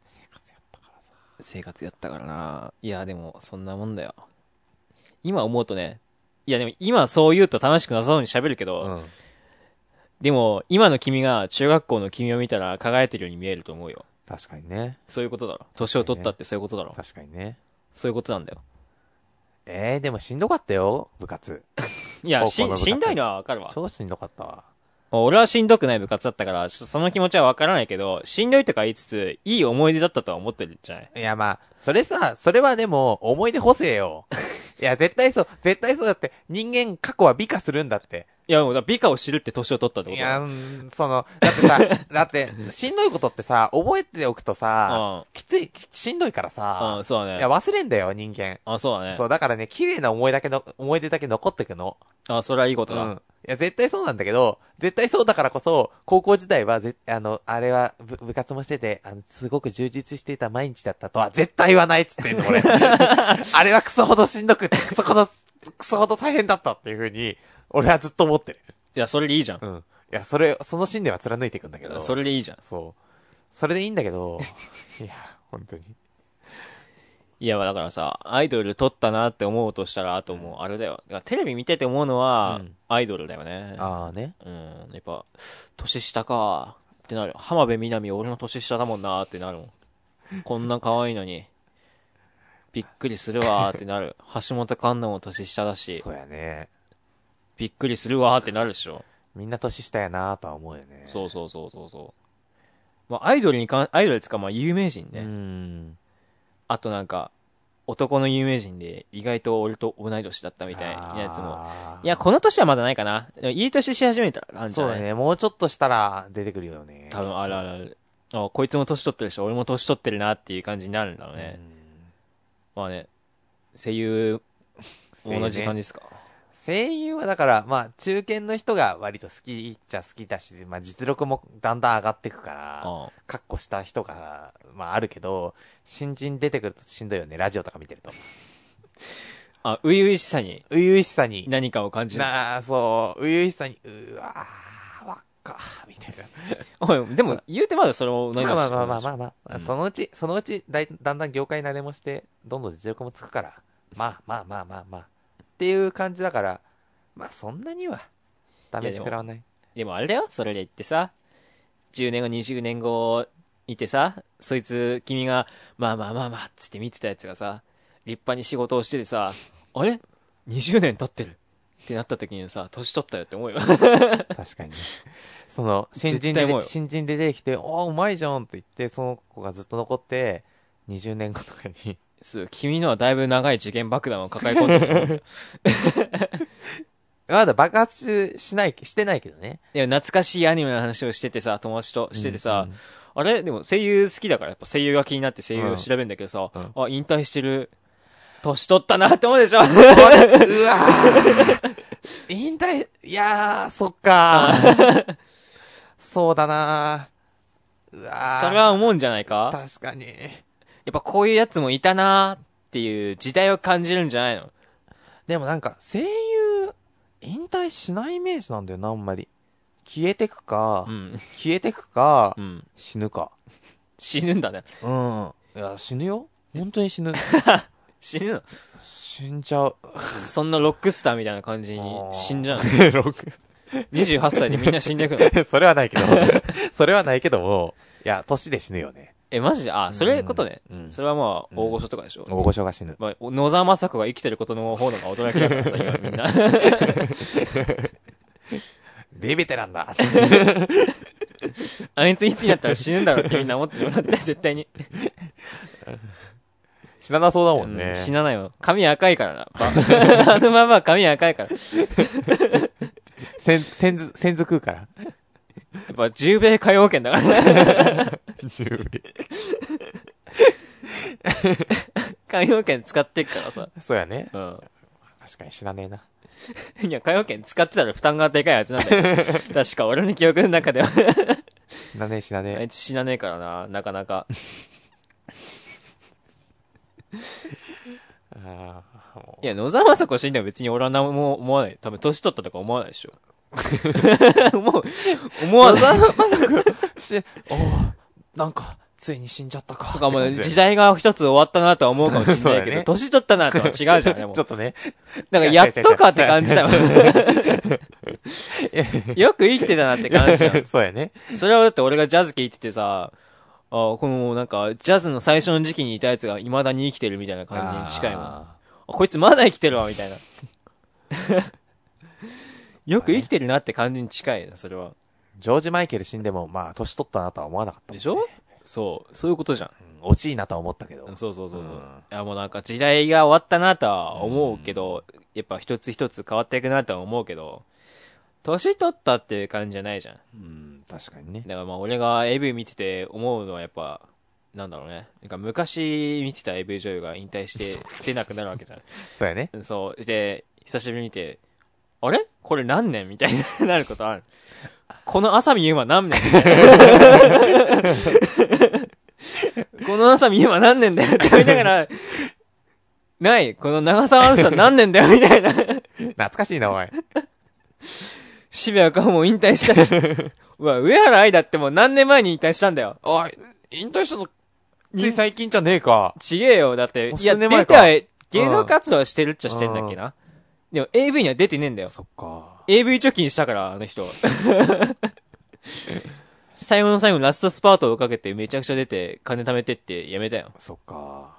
Speaker 3: 生活やったからさ。
Speaker 2: 生活やったからな。いや、でも、そんなもんだよ。今思うとね、いやでも今そう言うと楽しくなさそうに喋るけど、
Speaker 3: うん。
Speaker 2: でも、今の君が中学校の君を見たら輝いてるように見えると思うよ。
Speaker 3: 確かにね。
Speaker 2: そういうことだろ。年を取ったってそういうことだろ。
Speaker 3: 確かにね。
Speaker 2: そういうことなんだよ。
Speaker 3: えー、でもしんどかったよ、部活。
Speaker 2: いや、
Speaker 3: 高
Speaker 2: し
Speaker 3: 校の部活
Speaker 2: しんどいのはわかるわ。
Speaker 3: 超しんどかったわ。
Speaker 2: 俺はしんどくない部活だったから、ちょっとその気持ちはわからないけど、しんどいとか言いつつ、いい思い出だったとは思ってるじゃない
Speaker 3: いやまあ、それさ、それはでも、思い出補正 よ。いや、絶対そう、絶対そうだって、人間過去は美化するんだって。
Speaker 2: いや、もうだから美化を知るって年を取ったってこ
Speaker 3: い
Speaker 2: とだ
Speaker 3: や、
Speaker 2: よ。
Speaker 3: うんその、だってさ、 だって、しんどいことってさ、覚えておくとさ、
Speaker 2: うん
Speaker 3: きつい、きしんどいから
Speaker 2: う
Speaker 3: さ、
Speaker 2: ん、そう
Speaker 3: い
Speaker 2: だ
Speaker 3: や、
Speaker 2: ね。
Speaker 3: 忘れんだよ、人間。
Speaker 2: あ、そうだね
Speaker 3: そ。う、だからね、綺麗な思いだけの、思い出だけ残ってくの。
Speaker 2: あ、それはいいこと
Speaker 3: う
Speaker 2: だ
Speaker 3: ん。。いや、絶対そうなんだけど、絶対そうだからこそ、高校時代はぜ、あの、あれは部、部活もしてて、あの、すごく充実していた毎日だったとは、絶対言わないっつってん の、俺。あれはクソほどしんどくて、クソほど、クソほど大変だったっていうふうに、俺はずっと思ってる。
Speaker 2: いや、それでいいじゃん
Speaker 3: う。ん。いや、それ、その信念は貫いていくんだけど。
Speaker 2: それでいいじゃん。
Speaker 3: そう。それでいいんだけ ど、いや、本当に。
Speaker 2: いや、だからさ、アイドル撮ったなって思うとしたら、あともう、あれだよ。だからテレビ見てて思うのは
Speaker 3: うん、
Speaker 2: アイドルだよね。
Speaker 3: ああね。
Speaker 2: うん、やっぱ、年下か、ってなる。浜辺美波、俺の年下だもんなーってなるもん。こんな可愛いのに、びっくりするわーってなる。橋本環奈も年下だし
Speaker 3: そ、うやね。
Speaker 2: びっくりするわーってなるでしょ。
Speaker 3: みんな年下やなとは思うよね。
Speaker 2: そうそうそうそうそう。まあ、アイドルにかん、アイドルつか、まあ、有名人
Speaker 3: う
Speaker 2: ね。
Speaker 3: ん。
Speaker 2: あとなんか、男の有名人で、意外と俺と同い年だったみたいなやつも。
Speaker 3: あー
Speaker 2: いや、この年はまだないかな。でもいい年し始めたらあんじゃ
Speaker 3: そう
Speaker 2: ない
Speaker 3: だね。もうちょっとしたら出てくるよね。
Speaker 2: 多分あるあるある。あ、こいつも年取ってるし、俺も年取ってるなっていう感じになるんだろうね。まあね、声優、
Speaker 3: うん
Speaker 2: 同
Speaker 3: 声
Speaker 2: じ感じ
Speaker 3: 優ね
Speaker 2: ですか。
Speaker 3: 声優はだから、まあ、中堅の人が割と好きっちゃ好きだし、まあ、実力もだんだん上がってくから、
Speaker 2: あ
Speaker 3: かっこした人が、まあ、あるけど、新人出てくるとしんどいよね。ラジオとか見てると。
Speaker 2: あ、あ、初々しさに
Speaker 3: 初々しさに、
Speaker 2: 何かを感じる。
Speaker 3: なあ、そう、初々しさに、うわー、わっか、みたいな。
Speaker 2: おい、でも、言うてまだそれも同い年
Speaker 3: まあまあまあまあま
Speaker 2: あ。
Speaker 3: あ、まあ
Speaker 2: うん
Speaker 3: そのうち、そのうちだい、だんだん業界慣れもして、どんどん実力もつくから、まあまあまあまあまあ、っていう感じだから、まあそんなには、ダメージ食らわない。
Speaker 2: でもあれだよ、それで言ってさ、10年後、20年後、いてさ、そいつ、君が、まあまあまあまあ、つって見てたやつがさ、立派に仕事をしててさ、あれ ?20 年経ってるってなった時にさ、年取ったよって思うよ。
Speaker 3: 確かにね。 その、新人
Speaker 2: 絶対
Speaker 3: で
Speaker 2: 思うよ、
Speaker 3: 新人で出てきて、ああ、うまいじゃんって言って、その子がずっと残って、20年後とか に、
Speaker 2: そう、君のはだいぶ長い次元爆弾を抱え込んで る。
Speaker 3: まだ爆発しない、してないけどね。
Speaker 2: でも懐かしいアニメの話をしててさ、友達としてて
Speaker 3: う
Speaker 2: さ、
Speaker 3: んうん
Speaker 2: あれでも声優好きだから、やっぱ声優が気になって声優を調べるんだけどさ、
Speaker 3: うん
Speaker 2: あ、引退してる。年取ったなって思う でしょ
Speaker 3: うわー引退、いやー、そっか ーそうだなーうわー
Speaker 2: それは思うんじゃないか
Speaker 3: 確かに。
Speaker 2: やっぱこういうやつもいたなっていう時代を感じるんじゃないの
Speaker 3: でもなんか、声優、引退しないイメージなんだよな、あんまり。消えてくか、
Speaker 2: うん。
Speaker 3: 消えてくか、
Speaker 2: うん。
Speaker 3: 死ぬか。
Speaker 2: 死ぬんだね。
Speaker 3: うん。いや、死ぬよ。本当に死ぬ。
Speaker 2: 死ぬの
Speaker 3: 死んじゃう。
Speaker 2: そんなロックスターみたいな感じに死んじゃうの 28歳でみんな死んでいくの
Speaker 3: それはないけど。 それはないけども、いや、年で死ぬよね。
Speaker 2: え、マジであ、そういうことね。
Speaker 3: うん
Speaker 2: それはまあ、大御所とかでしょ、
Speaker 3: 大御所が死ぬ。
Speaker 2: まあ、野沢雅 子が生きてることの方のが驚きだからさ、今みんな。
Speaker 3: デベテラン だ。
Speaker 2: あいついつになったら死ぬんだろうってみんな思ってもらって、絶対に。
Speaker 3: 死ななそうだもん
Speaker 2: う
Speaker 3: ね
Speaker 2: ん。死なないよ。髪赤いからな。ば あのまま髪赤いから。や
Speaker 3: せん、せんず、せんず食うから。
Speaker 2: っぱ、十米歌謡圏だから ね。歌謡圏使ってっからさ。
Speaker 3: そうやね。
Speaker 2: うん。
Speaker 3: 確かに死なねえな。
Speaker 2: いや、歌謡圏使ってたら負担がでかいやつなん だよ。確か俺の記憶の中では。
Speaker 3: 死なねえ死な
Speaker 2: あ
Speaker 3: ね
Speaker 2: いつ死なねえからな、なかなか。
Speaker 3: え。ああ、も
Speaker 2: いや、野沢雅子死んでも別に俺は何も思わない。多分年取ったとか思わないで しょ。思う、思わな
Speaker 3: う。
Speaker 2: い。
Speaker 3: し、おーなんか、ついに死んじゃったか。
Speaker 2: とかもう
Speaker 3: って感じ
Speaker 2: 時代が一つ終わったなとは思うかもしれない
Speaker 3: そう
Speaker 2: け
Speaker 3: だ
Speaker 2: ど、
Speaker 3: ね
Speaker 2: 年取ったなとは 違うじゃん、でも
Speaker 3: ちょ。っとね。
Speaker 2: なんかやっとかって感じだよ。 よく生きてたなって感じじゃ ん。
Speaker 3: そうやね。
Speaker 2: それはだって俺がジャズ聴いててさ、あこのなんか、ジャズの最初の時期にいたやつが未だに生きてるみたいな感じに近いもん。
Speaker 3: あ
Speaker 2: あこいつまだ生きてるわ、みた いな。よく生きてるなって感じに近いよ、それは。
Speaker 3: ー。ジョージ・マイケル死んでも、まあ、年取ったなとは思わなかった。
Speaker 2: でしょそう、そういうことじゃん。
Speaker 3: うん惜しいなとは思ったけど。
Speaker 2: そうそうそうそう。
Speaker 3: うん
Speaker 2: いや、もうなんか時代が終わったなとは思うけど、やっぱ一つ一つ変わっていくなとは思うけど、年取ったっていう感じじゃないじゃん。
Speaker 3: うん、確かにね。
Speaker 2: だからまあ俺が AV 見てて思うのはやっぱ、なんだろうね。なんか昔見てた AV 女優が引退して出なくなるわけじゃん。
Speaker 3: そうやね。
Speaker 2: そう。で、久しぶりに見て、あれこれ何年みたいになる ことある。この浅見ゆうま何年 みたいなこの浅見ゆうま何年だよって思いながら、ない、この長澤あずさ何年だよみたいな。
Speaker 3: 懐かしいな、おい。
Speaker 2: 渋谷かもう引退したし。 うわ、上原愛だってもう何年前に引退したんだよ。
Speaker 3: おい、引退したの、つい最近じゃねえか。
Speaker 2: ちげえよ、だって
Speaker 3: も。う
Speaker 2: いや、
Speaker 3: 数年前
Speaker 2: 出て
Speaker 3: か
Speaker 2: は、芸能活動はしてるっちゃしてんだっけな。でも AV には出てねえんだよ。
Speaker 3: そっか。
Speaker 2: AV 貯金したから、あの 人。最後の最後、ラストスパートをかけてめちゃくちゃ出て、金貯めてってやめたよ。
Speaker 3: そっか。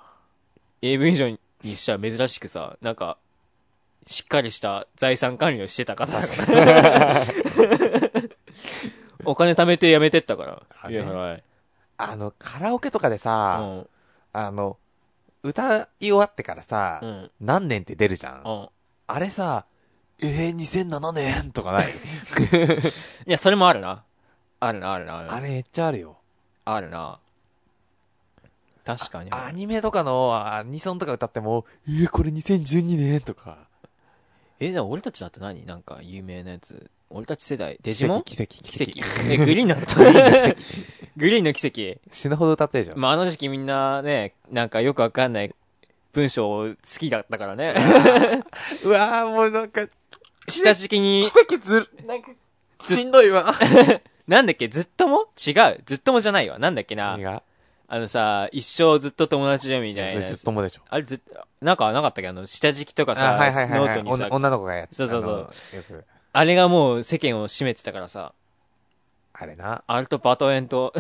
Speaker 2: AV 以上にしたら珍しくさ、なんか、しっかりした財産管理をして た方だからお金貯めてやめてったから。
Speaker 3: あ
Speaker 2: い
Speaker 3: ね
Speaker 2: や、はい。
Speaker 3: あの、カラオケとかで
Speaker 2: う
Speaker 3: さ、
Speaker 2: ん。
Speaker 3: あの、歌い終わってからさ、
Speaker 2: うん。
Speaker 3: 何年って出るじゃん。
Speaker 2: うん。
Speaker 3: あれさ、えー、2007年とかない
Speaker 2: いや、それもあるな。あるな、あるな、ある
Speaker 3: あ
Speaker 2: な。
Speaker 3: れめっちゃあるよ。
Speaker 2: あるな。確かに。
Speaker 3: アニメとかのアニソンとか歌っても、えー、これ2012年とか。
Speaker 2: え、でも俺たちだって何なんか有名なやつ。俺たち世代。デジモン
Speaker 3: 奇跡、奇
Speaker 2: 奇
Speaker 3: 跡、
Speaker 2: 跡
Speaker 3: 奇跡。。
Speaker 2: え、グリーンのことグリーンの奇跡。
Speaker 3: 死ぬほど歌ってるじゃん。
Speaker 2: まあ、あの時期みんなね、なんかよくわかんない文章好きだったからね。
Speaker 3: うわー、もうなんか、
Speaker 2: 下敷きに、
Speaker 3: 奇跡ずる、なんか、しんどいわ。
Speaker 2: なんだっけ、ずっとも違う。ずっともじゃないわ。なんだっけな
Speaker 3: 何。が
Speaker 2: あのさ、一生ずっと友達でみ
Speaker 3: い
Speaker 2: た
Speaker 3: や、
Speaker 2: い
Speaker 3: そ
Speaker 2: な
Speaker 3: れ
Speaker 2: や
Speaker 3: ずっ
Speaker 2: つ。
Speaker 3: ともでしょ。
Speaker 2: あれずっと、なんかなかったっけあの、下敷きとか
Speaker 3: あ、
Speaker 2: さ、
Speaker 3: はいはいはい、
Speaker 2: ノ
Speaker 3: は
Speaker 2: ー
Speaker 3: い
Speaker 2: トにさ
Speaker 3: 女、女の子がやって
Speaker 2: そうそうそう
Speaker 3: う。よく、
Speaker 2: あれがもう世間を占めてたからさ、
Speaker 3: あれな。
Speaker 2: あれとバトエンと、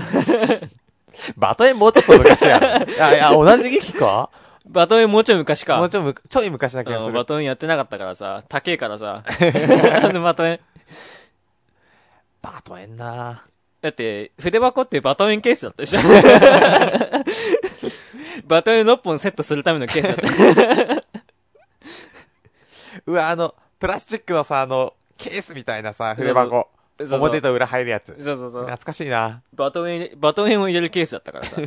Speaker 3: バトエンもうちょっと昔や ろ。いや、いや、同じ劇か
Speaker 2: バトエンもうちょい昔か。
Speaker 3: もうちょいむか、ちょい昔な気が
Speaker 2: あ
Speaker 3: す
Speaker 2: の
Speaker 3: る
Speaker 2: バ。トンやってなかったからさ、高えか らさ、あのバトン。
Speaker 3: バトエンな
Speaker 2: だって、筆箱ってバトンケースだったでしょ バトン6本セットするためのケースだった。
Speaker 3: うわ、あの、プラスチックのさ、あの、ケースみたいなさ、
Speaker 2: そう
Speaker 3: 筆箱。
Speaker 2: そう そう
Speaker 3: 表と裏入るやつ。
Speaker 2: そうそうそう
Speaker 3: 懐。かしいな
Speaker 2: バトン、バトンを入れるケースだったからさ。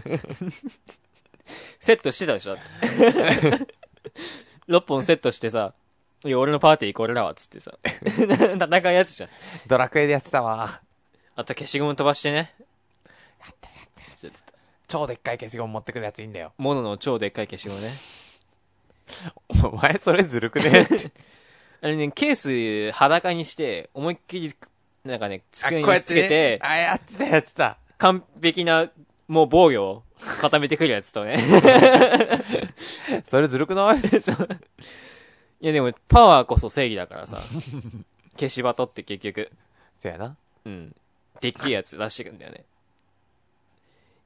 Speaker 2: セットしてたでしょだって。6本セットしてさ、いや、俺のパーティーこれだわ、つってさ。戦うやつじゃん。
Speaker 3: ドラクエでやってたわ。
Speaker 2: あと消しゴム飛ばしてね。やってた。
Speaker 3: 超でっかい消しゴム持ってくるやついいんだよ。
Speaker 2: モノの超でっかい消しゴムね。
Speaker 3: お前それずるくね
Speaker 2: あれね、ケース裸にして、思いっきり、なんかね、
Speaker 3: あこ
Speaker 2: 机
Speaker 3: うや
Speaker 2: に
Speaker 3: っ
Speaker 2: つけて
Speaker 3: ね、あ、やってたやってた。
Speaker 2: 完璧な、もう防御を固めてくるやつとね。
Speaker 3: それずるくない
Speaker 2: いやでも、パワーこそ正義だから さ。消しバトって結局、
Speaker 3: そうやな。
Speaker 2: うん。でっけえやつ出してくんだよね。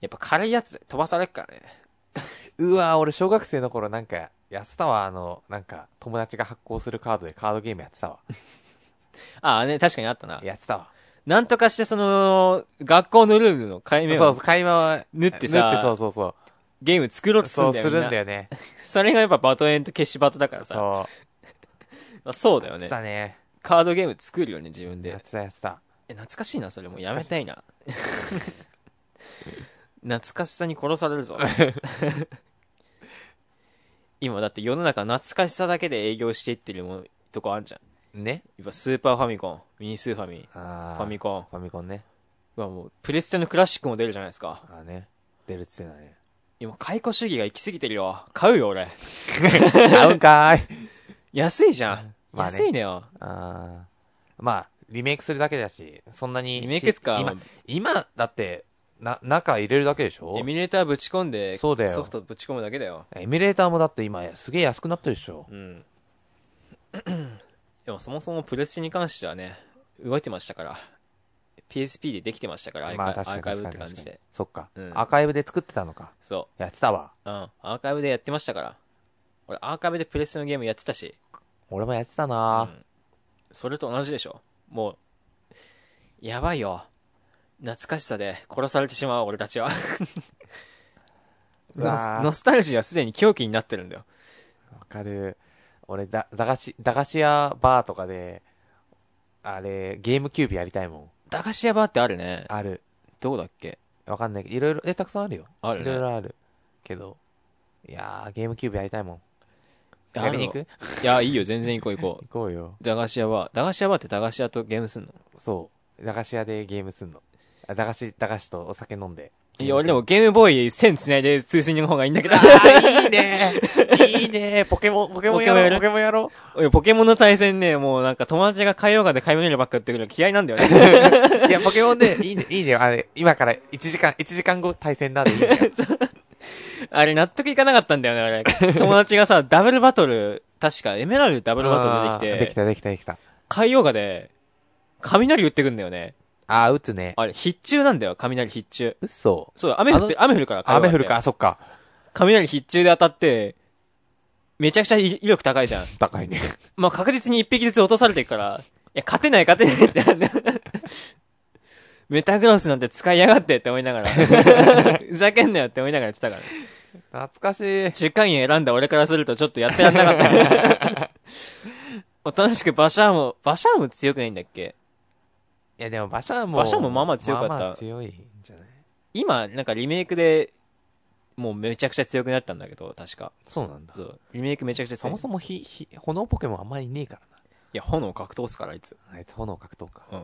Speaker 2: やっぱ軽いやつ飛ばされるからね。
Speaker 3: うわ俺小学生の頃なんか、やってたわ。あの、なんか、友達が発行するカードでカードゲームやってたわ。
Speaker 2: ああね、確かにあったな。
Speaker 3: やってたわ。
Speaker 2: なんとかしてその、学校のルールの解明
Speaker 3: そう
Speaker 2: を
Speaker 3: そう、会話は、
Speaker 2: 縫ってさ
Speaker 3: 縫ってそうそうそ
Speaker 2: ゲーム作ろ
Speaker 3: う。
Speaker 2: うとす
Speaker 3: そ
Speaker 2: る
Speaker 3: う
Speaker 2: んだ
Speaker 3: す
Speaker 2: よ
Speaker 3: るんだ
Speaker 2: よ。
Speaker 3: よね。
Speaker 2: それがやっぱバトエンと消しバトだからさ。
Speaker 3: そ
Speaker 2: まあそうだよ
Speaker 3: う。やってた
Speaker 2: ね。
Speaker 3: ね。
Speaker 2: カードゲーム作るよね、自分
Speaker 3: やっ
Speaker 2: で。
Speaker 3: てたやってた。
Speaker 2: え、懐かしいな、それもうやめたいな。 懐かしさに殺され るぞ。今だって世の中懐かしさだけで営業していってるもんとこあんじゃん。
Speaker 3: ね。
Speaker 2: やっぱスーパーファミコン、ミニスーファミ、
Speaker 3: フ
Speaker 2: ファ
Speaker 3: ァ
Speaker 2: ミコン。
Speaker 3: ファミコンね。
Speaker 2: まあもう、プレステのクラシックも出るじゃないですか。
Speaker 3: ああね。出るっつってたね。
Speaker 2: 今、解雇主義が行き過ぎてるよ。買うよ、俺。
Speaker 3: 買うんかーい。
Speaker 2: 安いじゃん。
Speaker 3: まあね
Speaker 2: 安いねよ。
Speaker 3: ああ。まあ、リメイクするだけだし、そんなに。
Speaker 2: リメイクっすか
Speaker 3: 今、今、だって、な、中入れるだけでしょ
Speaker 2: エミュレーターぶち込んで、
Speaker 3: そうだよ
Speaker 2: ソフトぶち込むだけだよ。
Speaker 3: エミュレーターもだって今、すげえ安くなってるでしょ
Speaker 2: うん。でもそもそもプレステに関してはね、動いてましたから。PSP でできてましたから、アイカ
Speaker 3: まあ確か
Speaker 2: アー
Speaker 3: に
Speaker 2: カイ
Speaker 3: 確
Speaker 2: ブっ
Speaker 3: かに
Speaker 2: て感
Speaker 3: 確かに
Speaker 2: じで。。
Speaker 3: そっか
Speaker 2: う。ん
Speaker 3: アーカイブで作ってたのか。
Speaker 2: そ
Speaker 3: やってたわ。
Speaker 2: う。うん。アーカイブでやってましたから。俺、アーカイブでプレステのゲームやってたし、
Speaker 3: 俺もやってたな
Speaker 2: うんそれと同じでしょ。もう、やばいよ。懐かしさで殺されてしまう、俺たちは。
Speaker 3: うわ
Speaker 2: ノ
Speaker 3: ー
Speaker 2: スノスタルジーはすでに狂気になってるんだよ。
Speaker 3: わかる。俺、だ、駄菓子、駄菓子屋バーとかで、あれ、ゲームキューブやりたいもん。
Speaker 2: 駄菓子屋バーってあるね。
Speaker 3: ある。
Speaker 2: どうだっけ
Speaker 3: わかんないけど、いろいろ、え、たくさんあるよ。
Speaker 2: あるね
Speaker 3: いろいろある。けど、いやー、ゲームキューブやりたいもん。やりに行く
Speaker 2: いや、いいよ、全然行こう行こ
Speaker 3: 行こうよ。
Speaker 2: う。駄菓子屋バー。駄菓子屋バーって駄菓子屋とゲームすんの
Speaker 3: そう。駄菓子屋でゲームすんの。あ駄菓子、駄菓子とお酒飲んで。
Speaker 2: いや、俺で
Speaker 3: も。
Speaker 2: もゲームボーイ線繋いで通信の方がいい んだけど。
Speaker 3: いいねいいねポケモン、ポケモンやろう、ポ
Speaker 2: ポ
Speaker 3: ケモンやろ
Speaker 2: 俺ポケモンの対戦ね、もうなんか友達が海洋館で買い物ばっか売ってくるの嫌いなんだよ ね。
Speaker 3: う。いや、ポケモンね、いいね、いいね。あれ、今から1時間、1時間後対戦なんでいいね。
Speaker 2: あれ納得いかなかったんだよね、俺。友達がさ、ダブルバトル、確かエメラルドダブル バトルでき
Speaker 3: あー
Speaker 2: て、
Speaker 3: できた、できた、できた。
Speaker 2: 海洋館で、雷打ってくんだよね。
Speaker 3: あー、打つね。
Speaker 2: あれ、必中なんだよ、雷必中。
Speaker 3: 嘘。
Speaker 2: そう、雨降って、雨降るから、海洋
Speaker 3: 雨
Speaker 2: 館
Speaker 3: 降
Speaker 2: って
Speaker 3: るか、。あそっか。
Speaker 2: 雷必中で当たって、めちゃくちゃ威威力高いじゃん。
Speaker 3: 高いね。
Speaker 2: まあ、確実に一匹ずつ落とされていくから、いや、勝てない勝てないって なんだ。メタグロスなんて使いやがってって思いながら。ふざけんなよって思いながらやってたから。
Speaker 3: 懐かしい。
Speaker 2: 中間員選んだ俺からするとちょっとやってらんなかった。おとなしくバシャーも、バシャーも強くないんだっけ
Speaker 3: いや、でも、馬車も。
Speaker 2: 馬車もまあまあ強かった
Speaker 3: まあまあ強いんじゃない
Speaker 2: 今、なんかリメイクで、もうめちゃくちゃ強くなったんだけど、確か。
Speaker 3: そうなんだ。
Speaker 2: そう。リメイクめちゃくちゃ強い。
Speaker 3: そもそも火、火、炎ポケモンあんまりいねえから
Speaker 2: いや、炎格闘っすから、あいつ。
Speaker 3: な。あいつ炎格闘か。
Speaker 2: うん。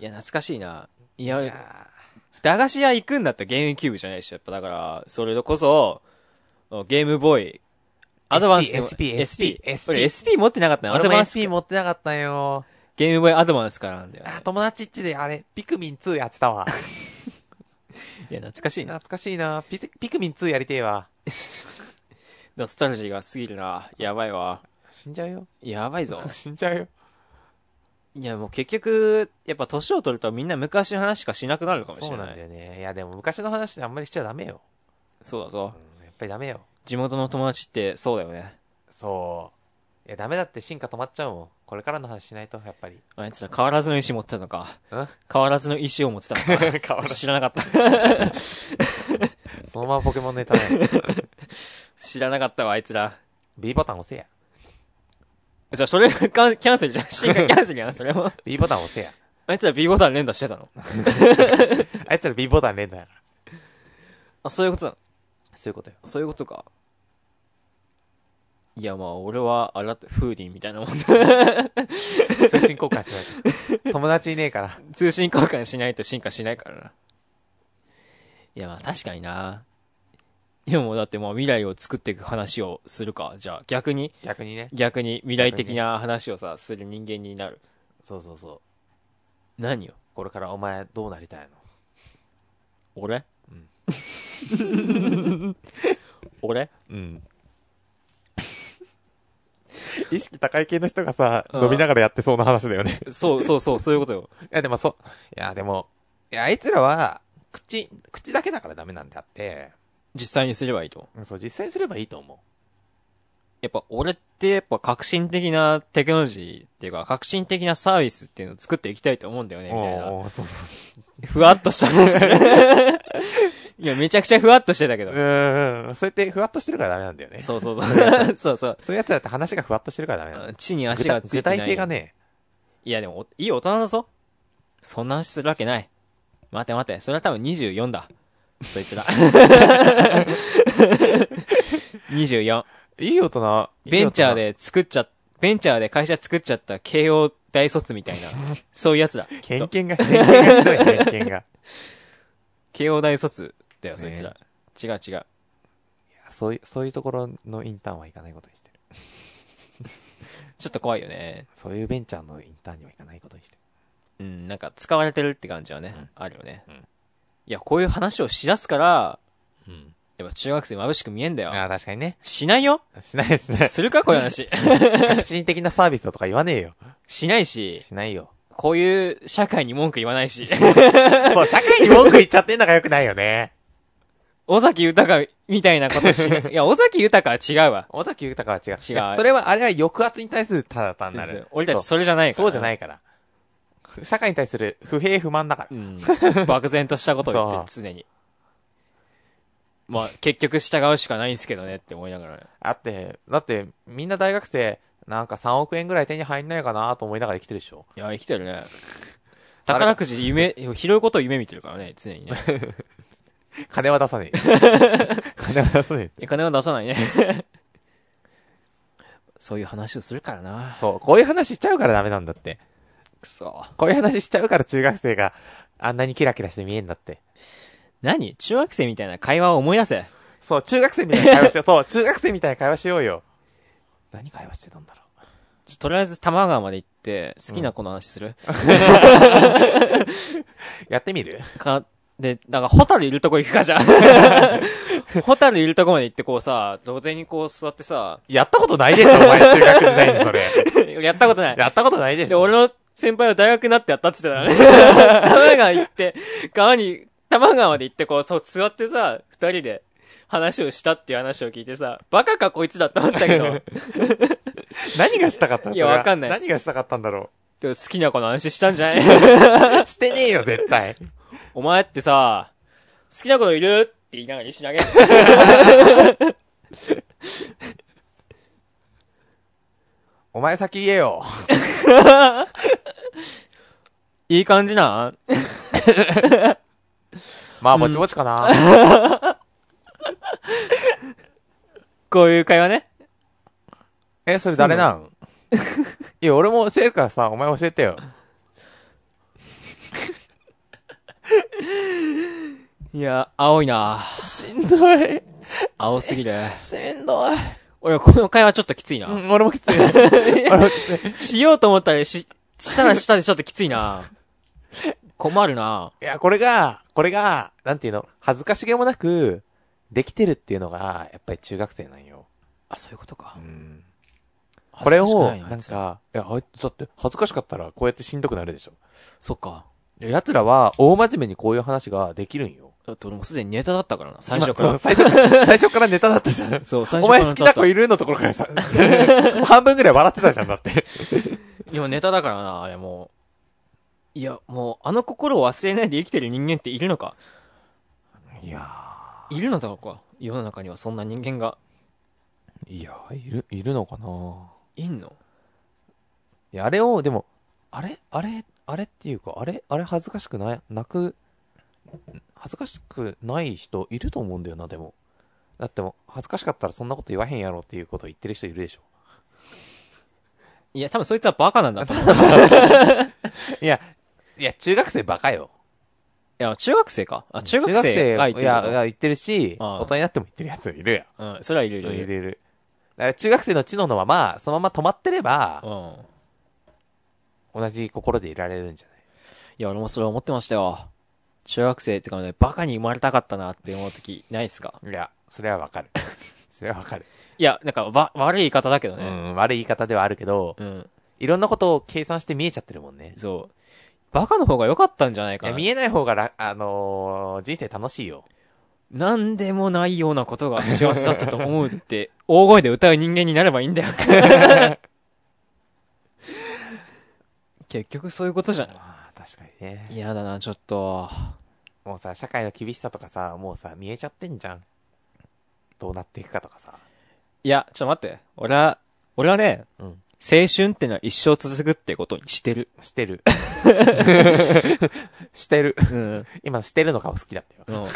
Speaker 2: いや、懐かしいな。いや、
Speaker 3: いや
Speaker 2: 駄菓子屋行くんだったらゲームキューブじゃないでしょ。やっぱだから、それこそ、ゲームボーイ、アドバンスでも
Speaker 3: SP
Speaker 2: SP。
Speaker 3: SP
Speaker 2: 俺 SP 持ってなかった
Speaker 3: ー
Speaker 2: のア
Speaker 3: 俺
Speaker 2: ド
Speaker 3: も
Speaker 2: バンス。
Speaker 3: SP 持ってなかったよ。
Speaker 2: ゲームボーイアドバンスからなんだよね。
Speaker 3: あ、友達っちであれ、ピクミン2やってたわ。
Speaker 2: いや、懐かしいな。
Speaker 3: 懐かしいな。ピスピクミン2やりてえわ。
Speaker 2: ノスタルジーが過ぎるな。やばいわ。
Speaker 3: 死んじゃう よ。。
Speaker 2: やばいぞ
Speaker 3: 死んじゃうよ。
Speaker 2: いや、もう結局、やっぱ年を取るとみんな昔の話しかしなくなるかもし
Speaker 3: そ
Speaker 2: れ
Speaker 3: うなん
Speaker 2: な
Speaker 3: だ
Speaker 2: い。
Speaker 3: よね。いや、でも昔の話であんまりしちゃダメよ。
Speaker 2: そうだぞ
Speaker 3: う。んやっぱりダメよ。
Speaker 2: 地元の友達ってそうだよね。
Speaker 3: そう。いや、ダメだって進化止まっちゃうもん。これからの話しないと、やっぱり。
Speaker 2: あいつら変わらずの石持ってたのか。
Speaker 3: ん
Speaker 2: 変わらずの石を持ってたのか。
Speaker 3: 変わらず
Speaker 2: 知らなかった。
Speaker 3: そのままポケモンネタね。
Speaker 2: 知らなかったわ、あいつら。
Speaker 3: B ボタン押せや。
Speaker 2: じゃあ、それ、キャンキャンセルじ ゃん。進化キャンセルやん、それも。
Speaker 3: B ボタン押せや。
Speaker 2: あいつら B ボタン連打してたの。
Speaker 3: あいつら B ボタン連打やから。
Speaker 2: あ、そういうことだ。
Speaker 3: そういうことよ。
Speaker 2: そういうことか。いや、まあ、俺は、あら、フーディーみたいなもんだ。
Speaker 3: 通信交換しない と。友達いねえから。
Speaker 2: 通信交換しないと進化しないからな。いや、まあ、確かにな。でも、だってもう未来を作っていく話をするか。じゃあ、逆に、
Speaker 3: 逆にね。
Speaker 2: 逆に未来的な話をさ、する人間になる。
Speaker 3: そうそうそう。
Speaker 2: 何よ
Speaker 3: これからお前どうなりたいの
Speaker 2: 俺 俺
Speaker 3: うん。 意識高い系の人がさ、
Speaker 2: うん
Speaker 3: 飲みながらやってそうな話だよね。
Speaker 2: そうそうそう、そういうことよ。
Speaker 3: いや、でもそう。いや、でも、いや、あいつらは、口、口だけだからダメなんであって、
Speaker 2: 実際にすればいいと。
Speaker 3: うんそう、実践すればいいと思
Speaker 2: やっぱ俺ってやっぱ革新的なテクノロジーっていうか、革新的なサービスっていうのを作っていきたいと思うんだよね、みたいな。
Speaker 3: おーそうそう。
Speaker 2: ふわっとしたんです。 いや、めちゃくちゃふわっとしてたけど
Speaker 3: う。ーん。そうやってふわっとしてるからダメなんだよね。
Speaker 2: そうそう そう。そうそう。
Speaker 3: そういうやつだって話がふわっとしてるからダメなんだよ。
Speaker 2: 地に足がついてない。
Speaker 3: 具体性が。ね、
Speaker 2: いや、でも、おいい大人だぞ。そんな話するわけない。待て待て、それは多分24だ。そい つら。24。
Speaker 3: いい大人。
Speaker 2: ベンチャー。で作っちゃ、ベンチャーで会社作っちゃった慶応大卒みた いな、そういうやつだ。きっ
Speaker 3: 偏
Speaker 2: と。
Speaker 3: 見が、偏見がひどい、偏見が。 い
Speaker 2: 慶応大卒だよ、そいつら。違う違う。
Speaker 3: やそういう、そういうところのインターンは行かないことにしてる。
Speaker 2: ちょっと怖いよね。
Speaker 3: そういうベンチャーのインターンには行かないことにして
Speaker 2: うん、なんか使われてるって感じはね、あるよね。
Speaker 3: ん
Speaker 2: いや、こういう話をしだすから、
Speaker 3: る。うん。
Speaker 2: やっぱ中学生眩しく見えんだよ。
Speaker 3: ああ、確かにね。
Speaker 2: しない よ
Speaker 3: しないです ね。
Speaker 2: するか、こういう 話。
Speaker 3: 革新的なサービスだとか言わねえよ。
Speaker 2: しないし、
Speaker 3: しないよ。
Speaker 2: こういう社会に文句言わないし、
Speaker 3: そう、社会に文句言っちゃってんのが良くないよね。
Speaker 2: 尾崎豊みたいなことしない。いや、尾崎豊は違うわ。
Speaker 3: 尾崎豊は違う。
Speaker 2: 違う
Speaker 3: いやそれは、あれは抑圧に対するただ単なる。
Speaker 2: 俺たち
Speaker 3: そう
Speaker 2: それじゃないから。。
Speaker 3: そうじゃないいから。ふ社会に対する不平不満だから
Speaker 2: う。ん。漠然としたことを言って、常に。まあ、結局従うしかないんすけどねって思いながらね。
Speaker 3: だって、だって、みんな大学生、なんか3億円ぐらい手に入んないかなと思いながら生きてるでしょ。
Speaker 2: いや、生きてるね。宝くじで夢、拾うことを夢見てるからね、常 にね。
Speaker 3: 金は出さね え。金は出さね
Speaker 2: お金は出さないね。 そういう話をするから
Speaker 3: え。
Speaker 2: な。
Speaker 3: そう、こういう話しちゃうからダメなんだって。
Speaker 2: くそ。
Speaker 3: こういう話しちゃうから中学生があんなにキラキラして見えんだって。
Speaker 2: 何中学生みたいな会話を思い出せ。
Speaker 3: そう、中学生みたいな会話しよう。そう、中学生みたいな会話しようよ。何会話してたんだろう。
Speaker 2: ちょとりあえず多摩川まで行って、好きな子の話する、
Speaker 3: やってみる
Speaker 2: か、で、なんか、ホタルいるとこ行くか じゃん。ホタルいるとこまで行ってこうさ、土手にこう座ってさ、
Speaker 3: やったことないでしょ、お 前中学時代にそれ。
Speaker 2: やったことない。
Speaker 3: やったことないでし
Speaker 2: で、
Speaker 3: ょ。
Speaker 2: 俺の先輩は大学になってやったって言ってたからね。 多摩川行って、川に、多摩川まで行ってこう、そう、座ってさ、二人で話をしたっていう話を聞いてさ、バカかこいつだって思ったけ ど、
Speaker 3: 何がしたかったの
Speaker 2: いや
Speaker 3: それは
Speaker 2: わかんない
Speaker 3: 何がしたかったんだろ
Speaker 2: でも好きな子の話したんじゃない
Speaker 3: う。してねえよ、絶対。
Speaker 2: お前ってさ、好きな子いるって言いながら石投げ。
Speaker 3: お前先言えよ。
Speaker 2: いい感じなん
Speaker 3: まあ、ぼちぼちかな。
Speaker 2: こういう会話ね。
Speaker 3: え、それ誰なんいや、俺も教えるからさ、お前教えてよ。
Speaker 2: いや、青いな
Speaker 3: しんどい。
Speaker 2: 青すぎる。
Speaker 3: しんどい。
Speaker 2: 俺、この会話ちょっときついな。
Speaker 3: うん、俺もきつい。 俺もきつい。
Speaker 2: しようと思ったらし、したらしたでちょっときついな。困るない
Speaker 3: や、これが、これが、なんていうの、恥ずかしげもなく、できてるっていうのが、やっぱり中学生なんよ。
Speaker 2: あ、そういうことか。
Speaker 3: これ
Speaker 2: 恥ず
Speaker 3: を、
Speaker 2: しくい
Speaker 3: なん
Speaker 2: あいつ
Speaker 3: か、いや、あいつだって、恥ずかしかったら、こうやってしんどくなるでしょ。
Speaker 2: そっか。
Speaker 3: いや奴らは、大真面目にこういう話ができるんよ。
Speaker 2: だって俺もうすでにネタだったからな、最初から。
Speaker 3: 今そう最初から、最初からネタだったじゃん。
Speaker 2: そう、最
Speaker 3: お
Speaker 2: 初から
Speaker 3: 前好
Speaker 2: ネタ
Speaker 3: き
Speaker 2: だっ
Speaker 3: な
Speaker 2: た
Speaker 3: 子いるのところからさ、 半分ぐらい笑ってたじゃん、だって。
Speaker 2: 今ネタだからな、あれもう。いや、もう、あの心を忘れないで生きてる人間っているのか
Speaker 3: いや
Speaker 2: いるのだろうか世の中にはそんな人間が、
Speaker 3: ー、いやー、いる、いるのかない
Speaker 2: んの
Speaker 3: いや、あれを、でも、あれあれあれっていうか、あれあれ恥ずかしくない泣く、恥ずかしくない人いると思うんだよな、でも。だってもう、恥ずかしかったらそんなこと言わへんやろっていうこと言ってる人いるでしょ。
Speaker 2: いや、多分そいつはバカなんだと 思う。い
Speaker 3: いや、いや、中学生バカよ。
Speaker 2: や、中学生か。あ、中学生がいて
Speaker 3: い
Speaker 2: る
Speaker 3: や、い
Speaker 2: の
Speaker 3: や言ってるし、
Speaker 2: ああ
Speaker 3: 大人になっても言ってるやついるや
Speaker 2: うん、それはいるい
Speaker 3: ん。
Speaker 2: るい
Speaker 3: い
Speaker 2: る。
Speaker 3: るいる。だから中学生の知能のまま、そのまま止まってれば
Speaker 2: う、ん。
Speaker 3: 同じ心でいられるんじゃない
Speaker 2: いや、俺もそれ思ってましたよ。中学生ってかね、バカに生まれたかったなって思うとき、ないっすか
Speaker 3: いや、それはわかる。 それはわかる。
Speaker 2: いや、なんか、わ、悪い言い方だけど
Speaker 3: う
Speaker 2: ね。
Speaker 3: ん、悪い言い方ではあるけど、
Speaker 2: うん。
Speaker 3: いろんなことを計算して見えちゃってるもんね。
Speaker 2: そう。バカの方が良かったんじゃない
Speaker 3: い
Speaker 2: か
Speaker 3: や、
Speaker 2: な。
Speaker 3: 見えない方がら、あのー人生楽しいよ。
Speaker 2: なんでもないようなことが幸せだったと思うって、 大声で歌う人間になればいいんだよ。 結局そういうことじゃな
Speaker 3: ああ、確かにね。
Speaker 2: い嫌だな、ちょっと。
Speaker 3: もうさ、社会の厳しさとかさ、もうさ、見えちゃってんじゃん。どうなっていくかとかさ。
Speaker 2: いや、ちょっと待って。俺は、俺はね、
Speaker 3: うん。
Speaker 2: 青春ってのは一生続くってことにしてる。
Speaker 3: して る。してる。
Speaker 2: うん。
Speaker 3: 今、してるの顔好きだったよ。
Speaker 2: うん青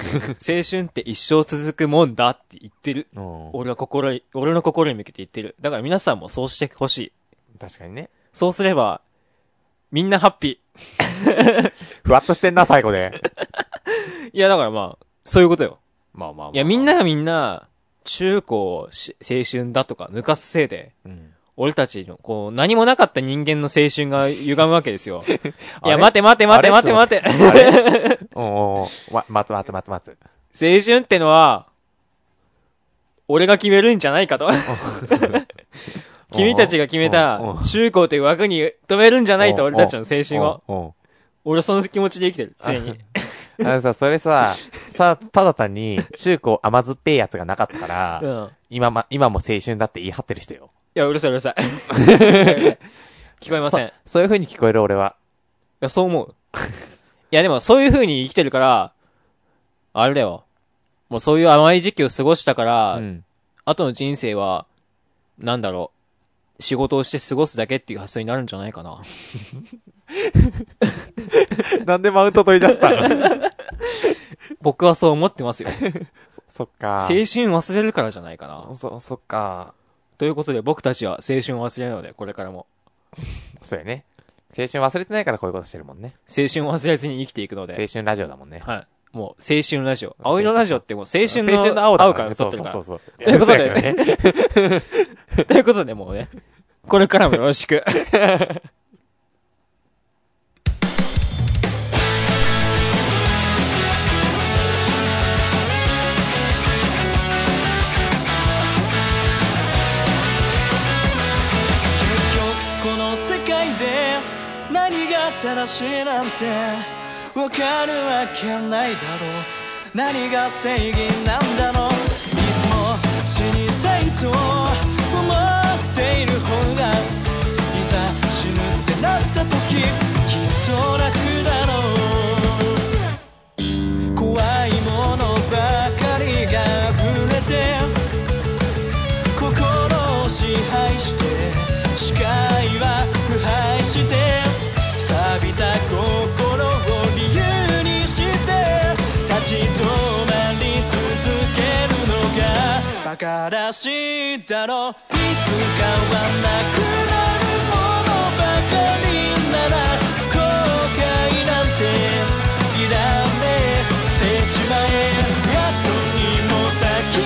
Speaker 2: 春って一生続くもんだって言ってる。
Speaker 3: う
Speaker 2: 俺は心に、俺の心に向けて言ってる。だから皆さんもそうしてほしい。
Speaker 3: ん。確かにね。
Speaker 2: そうすれば、みんなハッピ
Speaker 3: ふわっとしてんな、最後で。
Speaker 2: ー。いや、だからまあ、そういうことよ。
Speaker 3: まあまあまあ。
Speaker 2: いや、みんな、がみんな、中高し青春だとか抜かすせいで、
Speaker 3: うん。
Speaker 2: 俺たちの、こう、何もなかった人間の青春が歪むわけですよ。い
Speaker 3: あれ
Speaker 2: や、待て待て待て待て待て。
Speaker 3: あれ おうおうわ、待つ待つ待つ待つ。
Speaker 2: 青春ってのは、俺が決めるんじゃないかと。君たちが決め
Speaker 3: うんうん
Speaker 2: た、中高という枠に止めるんじゃないと、
Speaker 3: うん
Speaker 2: 俺たちの青春を。
Speaker 3: おうおう
Speaker 2: 俺はその気持ちで生きてる、常に。
Speaker 3: あのさ、それさ、さ、ただ単に、中高甘酸っぱいやつがなかったか
Speaker 2: う
Speaker 3: ら、
Speaker 2: ん。
Speaker 3: 今ま、今も青春だって言い張ってる人よ。
Speaker 2: いや、うるさいう るさい。うるさいうるさい聞こえません。い
Speaker 3: そそういう風に聞こえる俺は。
Speaker 2: や、そう思う。いや、でもそういう風に生きてるから、あれだよ。もうそういう甘い時期を過ごしたから、
Speaker 3: うん。
Speaker 2: 後の人生は、なんだろう。仕事をして過ごすだけっていう発想になるんじゃない かな。
Speaker 3: なんでマウント取り出した の
Speaker 2: 僕はそう思ってますよ。
Speaker 3: そっか
Speaker 2: 青。春忘れるからじゃないかな。
Speaker 3: そ、そっか。
Speaker 2: ということで僕たちは青春を忘れないので、これからも。
Speaker 3: そうやね。青春忘れてないからこういうことしてるもんね。
Speaker 2: 青春を忘れずに生きていくの
Speaker 3: 青
Speaker 2: で。
Speaker 3: 春ラジオだもんね。
Speaker 2: はい。もう青春ラジオ。青色ラジオってもう青春の
Speaker 3: 青春の青だ
Speaker 2: 青
Speaker 3: か
Speaker 2: からら
Speaker 3: ね。
Speaker 2: 撮
Speaker 3: そう
Speaker 2: ってる
Speaker 3: そう
Speaker 2: から。
Speaker 3: そうそう。
Speaker 2: というこ
Speaker 3: やそうやけ
Speaker 2: とで
Speaker 3: どね。
Speaker 2: ということでもうね、これからもよろし く。
Speaker 1: 結局この世界で何が正しいなんてわかるわけないだろう何が正義なんだろういつも死にたいと思っている方がいざ死ぬってなった時きっと楽だろう怖いものばかりが溢れて心を支配して視界は腐敗して錆びた心を理由にして立ち止まり続けるのが馬鹿らしいだろういつかはなくなるものばかりなら後悔なんていらねえ捨てちまえ後にも先に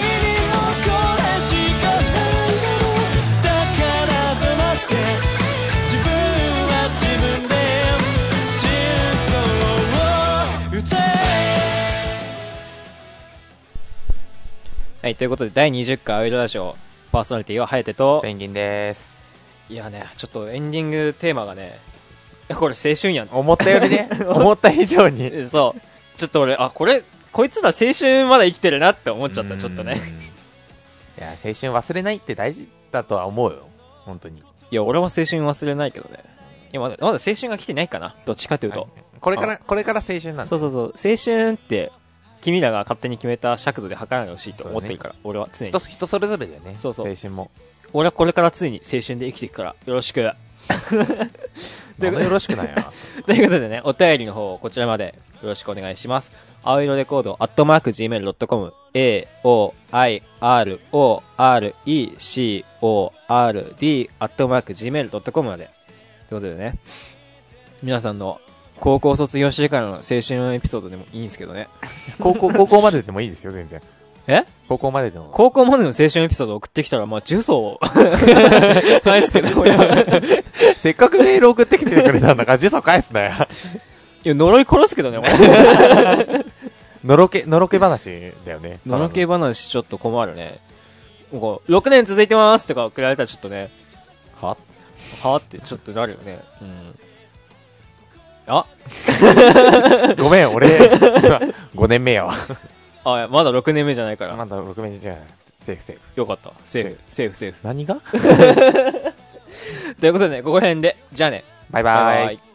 Speaker 1: もこれしかないだろうだから黙って自分は自分で心臓を打て
Speaker 2: はい、ということで第20回青色ラジオ、パーソナリティはハヤテと、
Speaker 3: ペンギンです。
Speaker 2: いやね、ちょっとエンディングテーマがね、これ青春やん。
Speaker 3: 思ったよりね、思った以上に。
Speaker 2: えそう。ちょっと俺、あ、これ、こいつら青春まだ生きてるなって思っちゃった、ちょっとね。
Speaker 3: うん。いや、青春忘れないって大事だとは思うよ。本当に。
Speaker 2: いや、俺は青春忘れないけどね。いや、まだ、まだ青春が来てないかな。どっちかというと。
Speaker 3: これから、これから青春なんだ。
Speaker 2: そうそうそう。青春って、君らが勝手に決めた尺度で測らないでほしいと
Speaker 3: そうね
Speaker 2: 思ってるから、俺は常に
Speaker 3: 人。人それぞれだよね。
Speaker 2: そうそう
Speaker 3: 青春も。
Speaker 2: 俺はこれから常に青春で生きていくから、よろしく。で
Speaker 3: あんまよろしくないな。
Speaker 2: ということでね、お便りの方、こちらまでよろしくお願いします。青色レコード、アットマーク Gmail.com、a, o, i, r, o, r, e, c, o, r, d, アットマーク Gmail.com まで。ということでね、皆さんの高校卒業してからの青春のエピソードでもいいんですけどね。
Speaker 3: 高校、高校まででもいいですよ、全然。
Speaker 2: え
Speaker 3: 高校まででも。
Speaker 2: 高校までの青春エピソード送ってきたら、まあ、重曹返すけど、これは
Speaker 3: せっかくメール送ってきてくれたんだから、呪詛返すなよ。
Speaker 2: いや、呪い殺すけどね、これ
Speaker 3: のろけ、のろけ話だよね。
Speaker 2: のろけ
Speaker 3: ただ
Speaker 2: 話ちょっと困るね。こう、6年続いてますとか送られたらちょっとね、
Speaker 3: のは
Speaker 2: はーってちょっとなるよね。うん。あ
Speaker 3: ごめん、俺、5年目やわ。
Speaker 2: あ、まだ6年目じゃないから。
Speaker 3: まだ6名じゃない。セーフセーフ。
Speaker 2: よかった。セーフ、セーフ、セーフ。
Speaker 3: 何が
Speaker 2: ということでね、ここら辺で。じゃあね。
Speaker 3: バイバイ。
Speaker 2: イ。